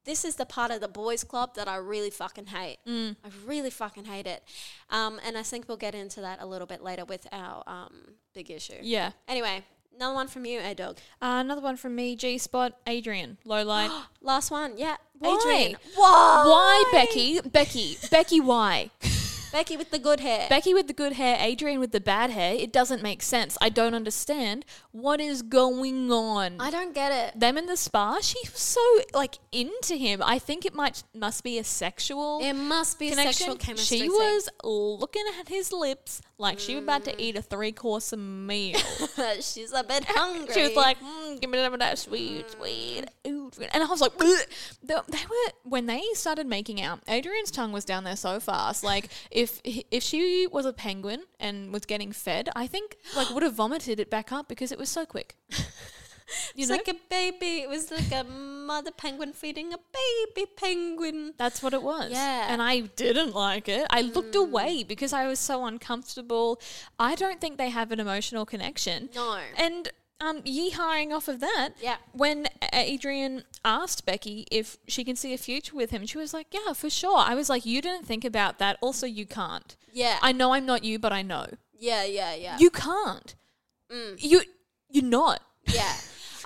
S1: this is the part of the boys' club that I really fucking hate.
S2: Mm.
S1: I really fucking hate it, um, and I think we'll get into that a little bit later with our um, big issue.
S2: Yeah.
S1: Anyway, another one from you, A Dog.
S2: Uh, another one from me, G Spot, Adrian,
S1: *gasps*
S2: low light.
S1: Last one, yeah.
S2: Why?
S1: Adrian. Why?
S2: Why, Becky? Becky, Becky, why?
S1: Becky with the good hair.
S2: Becky with the good hair, Adrian with the bad hair. It doesn't make sense. I don't understand what is going on.
S1: I don't get it.
S2: Them in the spa. She was so like into him. I think it might must be a sexual.
S1: It must be a
S2: connection.
S1: sexual chemistry.
S2: She
S1: thing.
S2: was looking at his lips like she was about
S1: Mm.
S2: to eat a three course meal.
S1: *laughs* She's a bit hungry.
S2: *laughs*
S1: Mm.
S2: She was like, mm, "Give me some of that sweet, sweet." ooh, sweet." And I was like, "Bleh." they, they were when they started making out. Adrian's tongue was down there so
S1: *laughs*
S2: fast. Like if he- if she was a penguin and was getting fed, I think like would have vomited it back up because it was so quick.
S1: *laughs*
S2: You
S1: it's
S2: know,
S1: like a baby. It was like a mother penguin feeding a baby penguin.
S2: that's what it was.
S1: Yeah. Mm.
S2: and I didn't like it. I looked away because I was so uncomfortable. I don't think they have an emotional connection.
S1: No.
S2: and. Um, yeehawing off of that,
S1: Yeah.
S2: when Adrian asked Becky if she can see a future with him, she was like, Yeah, for sure. I was like, You didn't think about that. Also, you can't.
S1: Yeah.
S2: I know I'm not you, but I know.
S1: yeah, yeah, yeah. Mm.
S2: You can't. You you're not.
S1: yeah.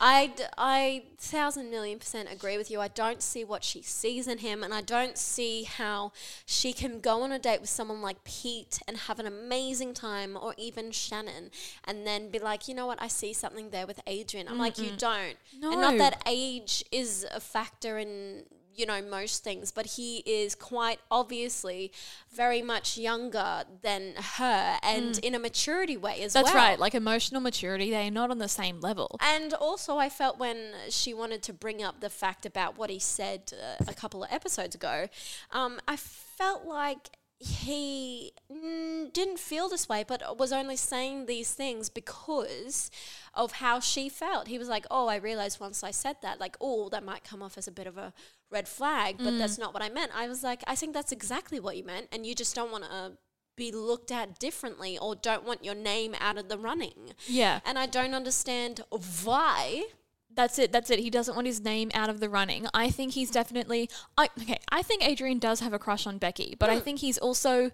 S1: I, d- I thousand million percent agree with you. I don't see what she sees in him, and I don't see how she can go on a date with someone like Pete and have an amazing time, or even Shannon, and then be like, you know what, I see something there with Adrian. I'm like, you don't. And not
S2: No.
S1: that age is a factor in, you know, most things, but he is quite obviously very much younger than her and in a maturity way as
S2: Mm. That's
S1: well.
S2: right. Like emotional maturity, they're not on the same level.
S1: And also, I felt when she wanted to bring up the fact about what he said uh, a couple of episodes ago, um, I felt like he mm, didn't feel this way, but was only saying these things because of how she felt. He was like, Oh, I realized once I said that, like, oh, that might come off as a bit of a red flag, but that's not what I meant. I was like, I think that's exactly what you meant, and you just don't want to. Be looked at differently, or don't want your name out of the running.
S2: Yeah.
S1: And I don't understand why.
S2: That's it. That's it. He doesn't want his name out of the running. I think he's definitely. I okay. I think Adrian does have a crush on Becky, but I think he's also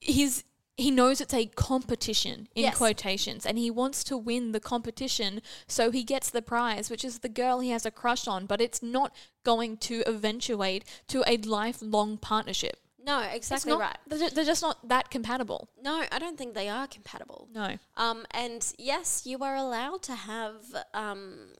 S2: he's he knows it's a competition in
S1: Yes.
S2: quotations, and he wants to win the competition, so he gets the prize, which is the girl he has a crush on. But it's not going to eventuate to a lifelong partnership.
S1: No,
S2: That's
S1: exactly
S2: not
S1: right.
S2: They're, ju- they're just not that compatible.
S1: No, I don't think they are compatible.
S2: No.
S1: Um, and yes, you are allowed to have um,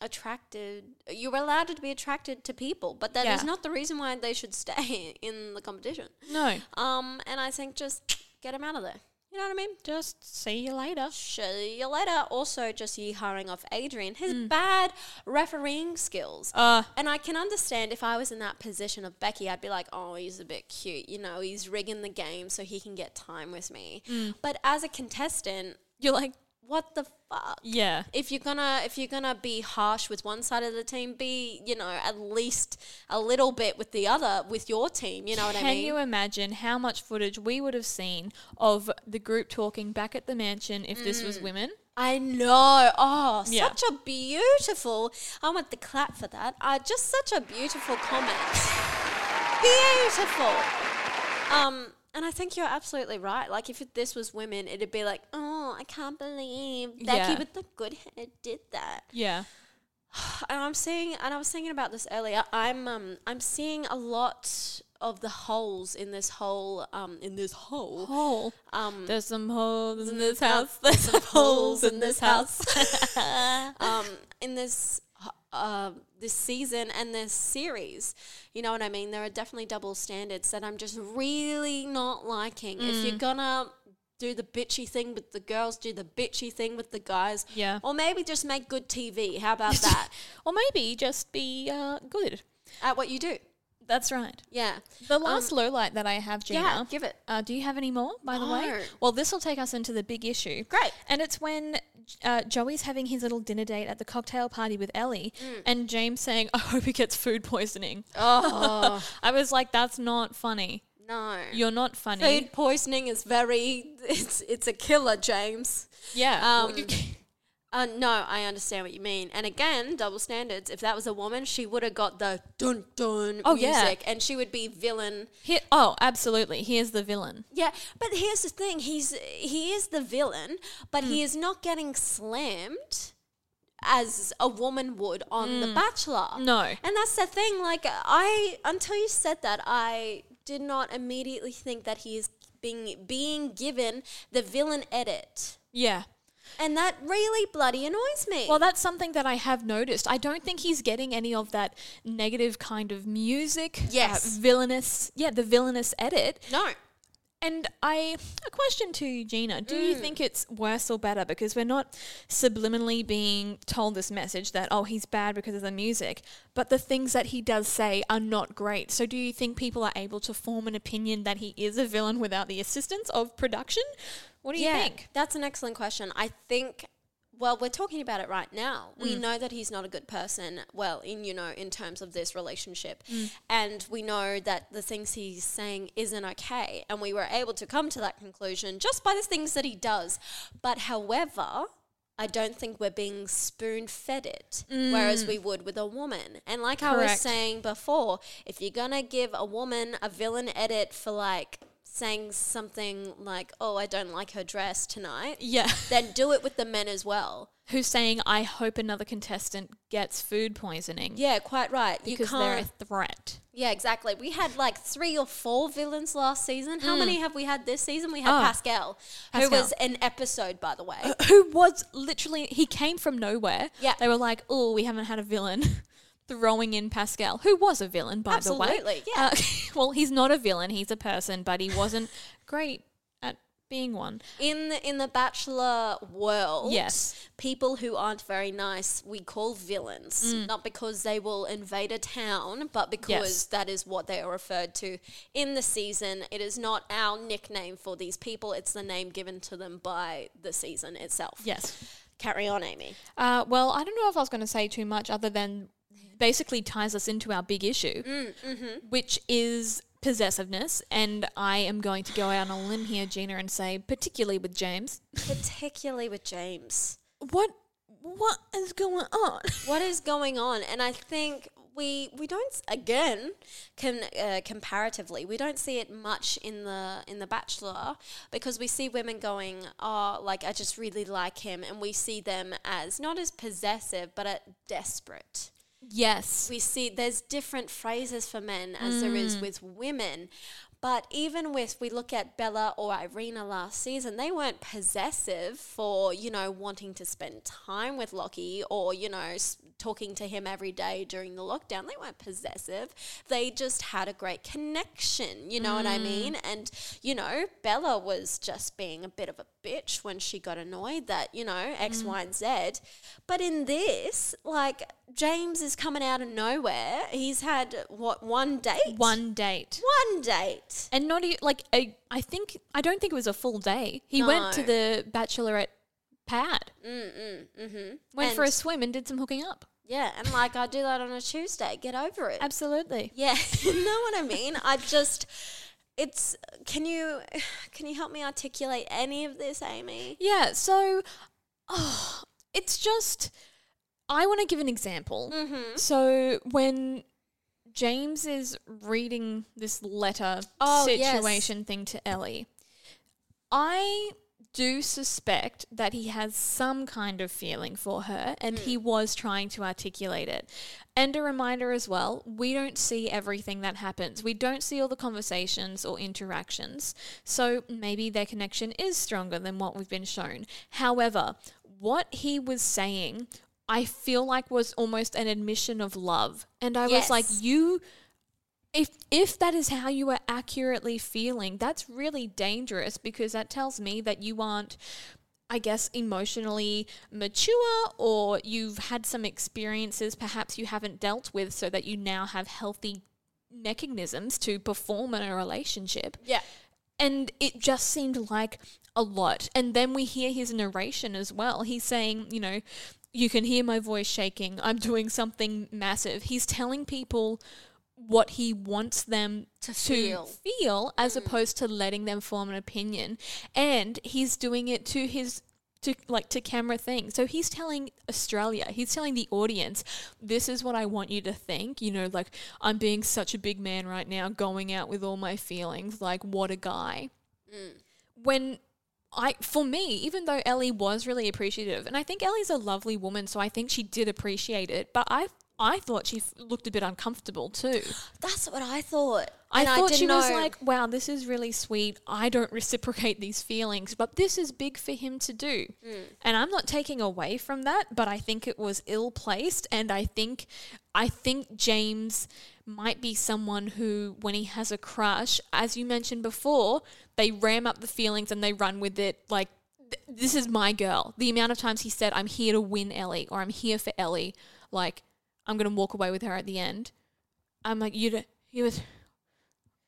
S1: attracted. You're allowed to be attracted to people, but that is
S2: Yeah.
S1: not the reason why they should *laughs* stay in the competition.
S2: No.
S1: Um, and I think just get them out of there. You know what I mean?
S2: Just see you later.
S1: See you later. Also, just you hiring off Adrian, his bad refereeing skills.
S2: Mm. Uh,
S1: And I can understand if I was in that position of Becky, I'd be like, oh, he's a bit cute. You know, he's rigging the game so he can get time with me.
S2: Mm.
S1: But as a contestant,
S2: you're like,
S1: what the fuck?
S2: yeah.
S1: If you're gonna if you're gonna be harsh with one side of the team, be you know at least a little bit with the other with your team. You know what
S2: Can
S1: I mean?
S2: you imagine how much footage we would have seen of the group talking back at the mansion if this
S1: Mm.
S2: was women?
S1: I know. Oh,
S2: Yeah.
S1: such a beautiful. I want the clap for that. Uh, just such a beautiful comment. *laughs* beautiful. Um, and I think you're absolutely right. Like, if this was women, it'd be like, oh, I can't believe Becky
S2: Yeah.
S1: with the good hair did that.
S2: Yeah.
S1: And I'm seeing, and I was thinking about this earlier. I'm, um, I'm seeing a lot of the holes in this whole, um, in this hole.
S2: Hole.
S1: Um,
S2: There's some holes in this house. *laughs*
S1: house.
S2: There's some holes in this
S1: *laughs*
S2: house.
S1: um, in this uh, this season and this series. You know what I mean? There are definitely double standards that I'm just really not liking. If
S2: Mm.
S1: you're gonna do the bitchy thing with the girls, do the bitchy thing with the guys.
S2: Yeah.
S1: Or maybe just make good TV. How
S2: *laughs*
S1: about that?
S2: *laughs* or maybe just be uh, good.
S1: At what you do.
S2: That's right.
S1: Yeah.
S2: The last low light that I have, Gina.
S1: Um, yeah, give it.
S2: Uh, do you have any more, by the
S1: No.
S2: way? Well, this will take us into the big issue.
S1: Great.
S2: And it's when uh, Joey's having his little dinner date at the cocktail party with Ellie,
S1: Mm.
S2: and James saying, I hope he gets food poisoning.
S1: Oh
S2: I was like, that's not funny.
S1: *laughs* no.
S2: You're not funny.
S1: Food poisoning is very *laughs* it's it's a killer, James.
S2: Yeah.
S1: Um, Uh, no, I understand what you mean. And again, double standards. If that was a woman, she would have got the dun dun
S2: Oh, yeah.
S1: music, and she would be villain.
S2: Here, oh, absolutely. Here's the villain.
S1: Yeah, but here's the thing: he's he is the villain, but he is not getting slammed as a woman would on The Bachelor.
S2: No.
S1: and that's the thing. Like I, until you said that, I did not immediately think that he is being being given the villain edit,
S2: Yeah.
S1: and that really bloody annoys me.
S2: Well, that's something that I have noticed. I don't think he's getting any of that negative kind of music. uh,
S1: Yes.
S2: villainous. Yeah, the villainous edit.
S1: no.
S2: And I a question to you, Gina. Do
S1: Mm.
S2: you think it's worse or better? Because we're not subliminally being told this message that oh he's bad because of the music, but the things that he does say are not great. So do you think people are able to form an opinion that he is a villain without the assistance of production? What do you think?
S1: That's an excellent question. I think well, we're talking about it right now.
S2: Mm.
S1: We know that he's not a good person, well, in you know, in terms of this relationship.
S2: Mm.
S1: And we know that the things he's saying isn't okay. And we were able to come to that conclusion just by the things that he does. But however, I don't think we're being spoon fed it, whereas we would with a woman. And like I was
S2: Mm. Correct.
S1: saying before, if you're gonna give a woman a villain edit for like saying something like, "Oh, I don't like her dress tonight,"
S2: Yeah.
S1: then do it with the men as well.
S2: *laughs* Who's saying I hope another contestant gets food poisoning?
S1: Yeah, quite right. you
S2: Because they're
S1: can't.
S2: a threat.
S1: yeah, exactly. We had like three or four villains last season. How many have we had this season? We had
S2: Mm. Oh.
S1: Pascal, who
S2: Pascal.
S1: was an episode, by the way.
S2: *laughs* who was literally he came from nowhere.
S1: Yeah.
S2: They were like, "Oh, we haven't had a villain." *laughs* Throwing in Pascal, who was a villain by the way.
S1: Absolutely, yeah.
S2: Uh, *laughs* well, he's not a villain; he's a person, but he wasn't *laughs* great at being one.
S1: in the, in the bachelor world
S2: Yes.
S1: people who aren't very nice we call villains not because they will invade a town but because
S2: Mm. Yes.
S1: that is what they are referred to in the season it is not our nickname for these people it's the name given to them by the season itself
S2: Yes.
S1: carry on amy
S2: Uh, well, I don't know if I was going to say too much other than basically ties us into our big issue,
S1: Mm, mm-hmm.
S2: which is possessiveness. And I am going to go out on a limb here, Gina, and say, particularly with James,
S1: particularly with james
S2: what what is going on? *laughs*
S1: what is going on and i think we we don't again can uh, comparatively we don't see it much in the in the bachelor because we see women going oh like i just really like him and we see them as not as possessive but at desperate
S2: Yes.
S1: we see there's different phrases for men as there is with women But even with we look at Bella or Irina last season, they weren't possessive for you know wanting to spend time with Lockie or you know s- talking to him every day during the lockdown. They weren't possessive. They just had a great connection. You know what I mean? And you know Bella was just being a bit of a bitch when she got annoyed that you know X, Y, and Z. But in this, like James is coming out of nowhere. He's had what one date?
S2: One date.
S1: one date.
S2: And not even like a, I think I don't think it was a full day. He went to
S1: No.
S2: the bachelorette pad,
S1: Mm-hmm.
S2: went for a
S1: And-
S2: swim, and did some hooking up.
S1: Yeah, and like I do that on a Tuesday. Get over it.
S2: Absolutely.
S1: yeah, *laughs* you know what I mean. I just, it's. Can you, can you help me articulate any of this, Amy?
S2: Yeah. So, oh, it's just I want to give an example.
S1: Mm-hmm.
S2: So when James is reading this letter
S1: Oh, yes.
S2: situation thing to Ellie, I do suspect that he has some kind of feeling for her and he was trying to articulate it. And a reminder as well, we don't see everything that happens. We don't see all the conversations or interactions. So maybe their connection is stronger than what we've been shown. However, what he was saying, I feel like was almost an admission of love. And I was like,
S1: Yes.
S2: you if if that is how you are accurately feeling that's really dangerous because that tells me that you aren't i guess emotionally mature or you've had some experiences perhaps you haven't dealt with so that you now have healthy mechanisms to perform in a relationship
S1: Yeah.
S2: and it just seemed like a lot. And then we hear his narration as well. He's saying, you know, you can hear my voice shaking. I'm doing something massive. He's telling people what he wants them to,
S1: feel.
S2: feel as opposed to letting them form an opinion. And he's doing it to his to like to camera thing. So he's telling Australia, he's telling the audience, this is what I want you to think. You know, like I'm being such a big man right now, going out with all my feelings. Like what a guy. When I for me, even though Ellie was really appreciative, and I think Ellie's a lovely woman, so I think she did appreciate it. But I I thought she f- looked a bit uncomfortable too.
S1: That's what I thought.
S2: I
S1: And
S2: thought she
S1: didn't
S2: was
S1: know-
S2: like, wow, this is really sweet. I don't *laughs* reciprocate these feelings, but this is big for him to do.
S1: Mm.
S2: And I'm not taking away from that, but I think it was ill placed and I think I think James might be someone who when he has a crush, as you mentioned before, they ram up the feelings and they run with it like "Th- this is my girl. The amount of times he said, I'm here to win Ellie or I'm here for Ellie, like I'm going to walk away with her at the end. I'm like, you, don't- you was,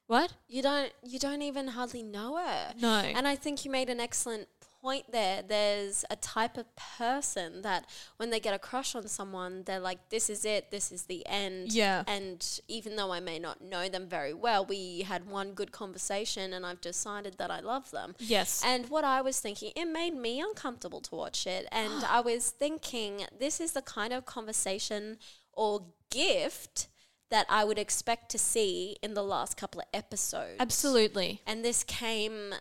S2: what?
S1: you don't you don't even hardly know her.
S2: No.
S1: And I think you made an excellent point there. There's a type of person that when they get a crush on someone, they're like, This is it, this is the end.
S2: Yeah.
S1: And even though I may not know them very well, we had one good conversation and I've decided that I love them.
S2: Yes.
S1: And what I was thinking, it made me uncomfortable to watch it.
S2: *gasps*
S1: And I was thinking, this is the kind of conversation or gift that I would expect to see in the last couple of episodes.
S2: Absolutely.
S1: And this came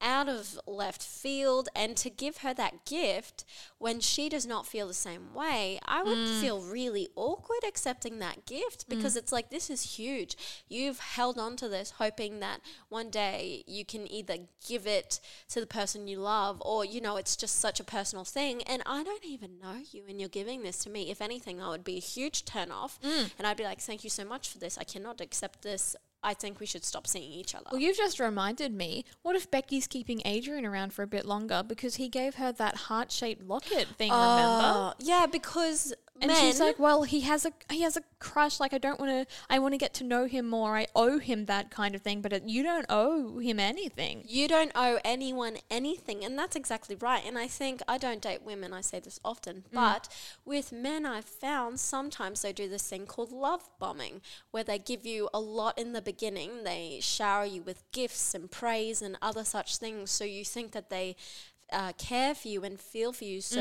S1: out of left field. And to give her that gift when she does not feel the same way, I would feel really awkward accepting that gift because it's like, this is huge. You've held on to this, hoping that one day you can either give it to the person you love or, you know, it's just such a personal thing. And I don't even know you and you're giving this to me. If anything, that would be a huge turn off. And I'd be like, thank you so much for this. I cannot accept this. I think we should stop seeing each other.
S2: Well, you've just reminded me. What if Becky's keeping Adrian around for a bit longer because he gave her that heart shaped locket thing? remember?
S1: Oh, yeah, because
S2: And
S1: men,
S2: she's like, "Well, he has a he has a crush. Like, I don't want to. I want to get to know him more. I owe him that kind of thing. But it, you don't owe him anything.
S1: you don't owe anyone anything, and that's exactly right. And I think I don't date women. I say this often, but with men, I've found sometimes they do this thing called love bombing, where they give you a lot in the beginning. They shower you with gifts and praise and other such things, so you think that they uh, care for you and feel for you so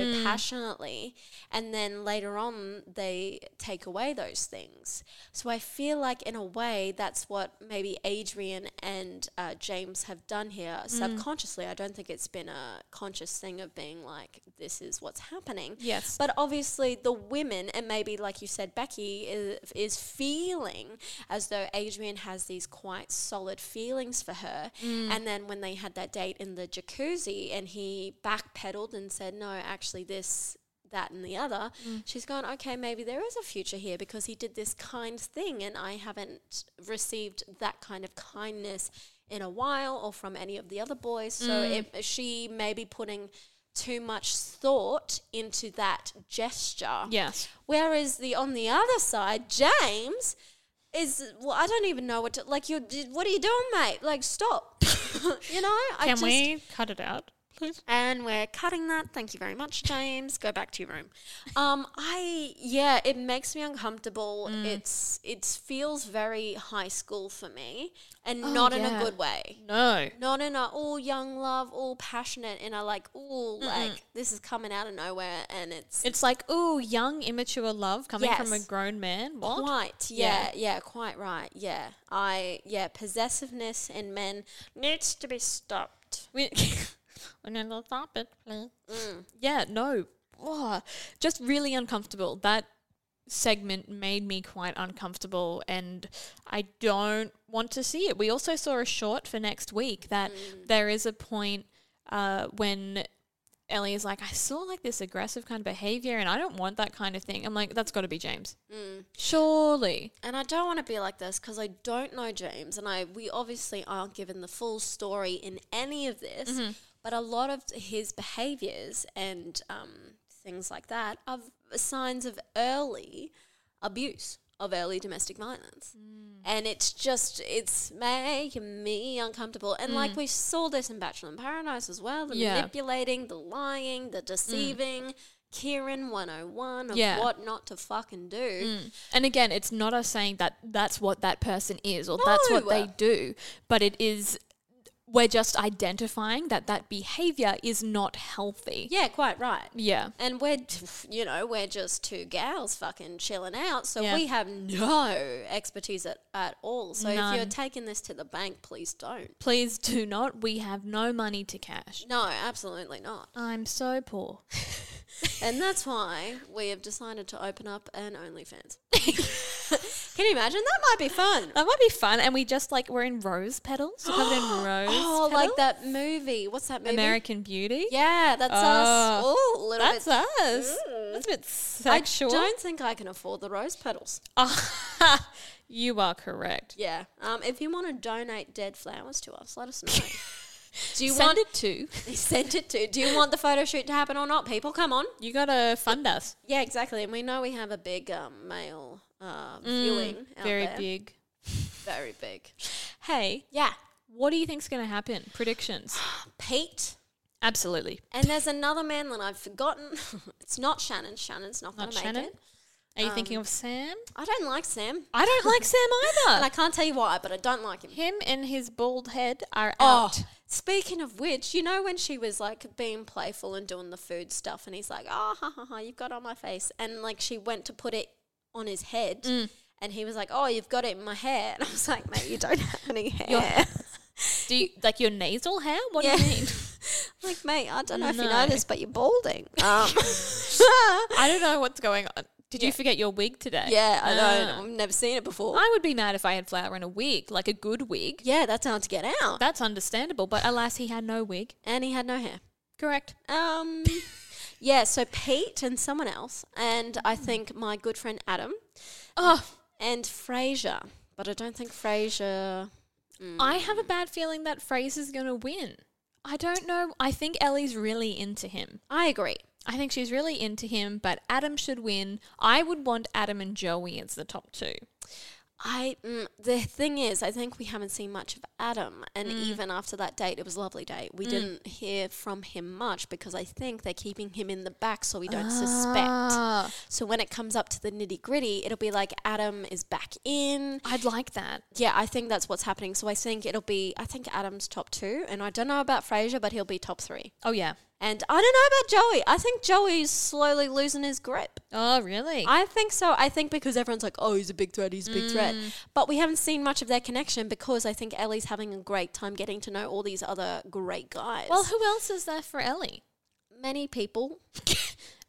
S1: passionately. And then later on, they take away those things. So I feel like, in a way, that's what maybe Adrian and uh, James have done here subconsciously. I don't think it's been a conscious thing of being like, this is what's happening.
S2: Yes.
S1: But obviously, the women, and maybe like you said, Becky, is, is feeling as though Adrian has these quite solid feelings for her. And then when they had that date in the jacuzzi and he backpedaled and said, no, actually, this. That and the other, she's gone, okay, maybe there is a future here because he did this kind thing and I haven't received that kind of kindness in a while or from any of the other boys. So it, she may be putting too much thought into that gesture.
S2: Yes.
S1: Whereas the on the other side, James is well, I don't even know what to like. You, what are you doing, mate? Like,
S2: *laughs*
S1: stop. you know, I
S2: Can
S1: just,
S2: we cut it out, please?
S1: and we're cutting that. Thank you very much, James. Go back to your room. Um, I yeah, it makes me uncomfortable.
S2: Mm.
S1: It's it feels very high school for me, and not in
S2: Oh, yeah.
S1: a good way.
S2: No.
S1: Not in a all young love, all passionate, in a like, all like this is coming out of nowhere, and it's
S2: It's like, ooh, young, immature love coming from a
S1: Yes.
S2: grown man. What?
S1: Quite, yeah, yeah, quite right. Yeah, I, yeah, possessiveness in men needs to be stopped.
S2: We *laughs* and then stop it, please. Yeah, no. Ugh. Just really uncomfortable. That segment made me quite uncomfortable and I don't want to see it. We also saw a short for next week that there is a point uh, when Ellie is like, I saw like this aggressive kind of behavior and I don't want that kind of thing. I'm like, that's got to be James. Surely.
S1: And I don't want to be like this because I don't know James, and I we obviously aren't given the full story in any of this.
S2: Mm-hmm.
S1: But a lot of his behaviors and um, things like that are v- signs of early abuse of early domestic violence.
S2: Mm.
S1: And it's just, it's making me uncomfortable. And like we saw this in Bachelor in Paradise as well the
S2: Mm. Yeah. Mm.
S1: manipulating, the lying, the deceiving. Kieran 101 of
S2: Yeah. Mm.
S1: what not to fucking do.
S2: And again, it's not us saying that that's what that person is or that's what
S1: No.
S2: they do, but it is we're just identifying that that behavior is not healthy.
S1: Yeah, quite right.
S2: Yeah.
S1: And we're, you know, we're just two gals fucking chilling out. So
S2: Yeah.
S1: we have no expertise at, at all. So if you're
S2: None.
S1: taking this to the bank, please don't.
S2: Please do not. We have no money to cash.
S1: No, absolutely not.
S2: I'm so poor.
S1: and that's why we have decided to open up an
S2: *laughs*
S1: OnlyFans. Can you imagine? That might be fun.
S2: *laughs* That might be fun. And we just like we're in rose petals. We're *gasps* covered in *gasps* rose.
S1: Oh, like
S2: petals.
S1: that movie. What's that movie?
S2: American Beauty. Ah,
S1: Yeah, that's us. Oh, a little
S2: That's
S1: bit. Mm.
S2: us. That's a bit
S1: I
S2: sexual. *laughs* Ah,
S1: don't think I can afford the rose petals.
S2: you are correct.
S1: Yeah. Um, if you want to donate dead flowers to us, let us *laughs* know. Do you
S2: Send
S1: want
S2: it to.
S1: *laughs* send it to? Do you want the photo shoot to happen or not? People, come on.
S2: You gotta fund us.
S1: Yeah, exactly. And we know we have a big um, male uh, viewing. Out
S2: Very
S1: there.
S2: big.
S1: Very big.
S2: Hey,
S1: Yeah,
S2: what do you think's going to happen?
S1: *sighs*
S2: Predictions.
S1: Pete.
S2: Absolutely.
S1: And there's another man that I've forgotten. *laughs* it's not Shannon. Shannon's not,
S2: Not
S1: gonna
S2: Shannon.
S1: make it.
S2: Are you
S1: Um,
S2: thinking of Sam?
S1: I don't like Sam,
S2: I
S1: *laughs*
S2: don't like Sam
S1: and I
S2: either.
S1: can't tell you why, but I don't like him.
S2: Him and his bald head are
S1: Oh,
S2: out.
S1: speaking of which, you know when she was like being playful and doing the food stuff, and he's like, "Oh, ha ha ha, you've got it on my face," and like she went to put it on his head,
S2: Mm.
S1: and he was like, "Oh, you've got it in my hair," and I was like, "Mate, you don't *laughs* have any hair."
S2: Do you like your nasal hair? *laughs* What do
S1: Yeah. *laughs*
S2: you mean?
S1: like, mate, I don't know if you
S2: No.
S1: noticed, but you're
S2: *laughs*
S1: balding. Um, *laughs*
S2: I don't know what's going on. Did you forget your wig today?
S1: yeah, I
S2: Ah.
S1: don't. I've never seen it before.
S2: I would be mad if I had flour in a wig, like a good wig.
S1: yeah, that's hard to get out.
S2: That's understandable, but alas, he had no wig.
S1: and he had no hair.
S2: Correct.
S1: Um, *laughs* yeah, so Pete and someone else, and
S2: Mm.
S1: I think my good friend Adam.
S2: Oh,
S1: and Frasier, but I don't think Frasier.
S2: I have a bad feeling that Fraser's going to win. I don't know. I think Ellie's really into him.
S1: I agree.
S2: I think she's really into him, but Adam should win. I would want Adam and Joey as the top two.
S1: I mm, the thing is, I think we haven't seen much of Adam, and even after that date, it was a lovely date. We didn't hear from him much because I think they're keeping him in the back so we don't suspect. So when it comes up to the nitty gritty, it'll be like Adam is back in.
S2: I'd like that.
S1: Yeah, I think that's what's happening. So I think it'll be I think Adam's top two, and I don't know about Frasier, but he'll be top three.
S2: Oh yeah,
S1: And I don't know about Joey. I think Joey's slowly losing his grip.
S2: Oh, really?
S1: I think so. I think because everyone's like, oh, he's a big threat, he's a big threat. But we haven't seen much of their connection because I think Ellie's having a great time getting to know all these other great guys.
S2: well, who else is there for Ellie?
S1: many people.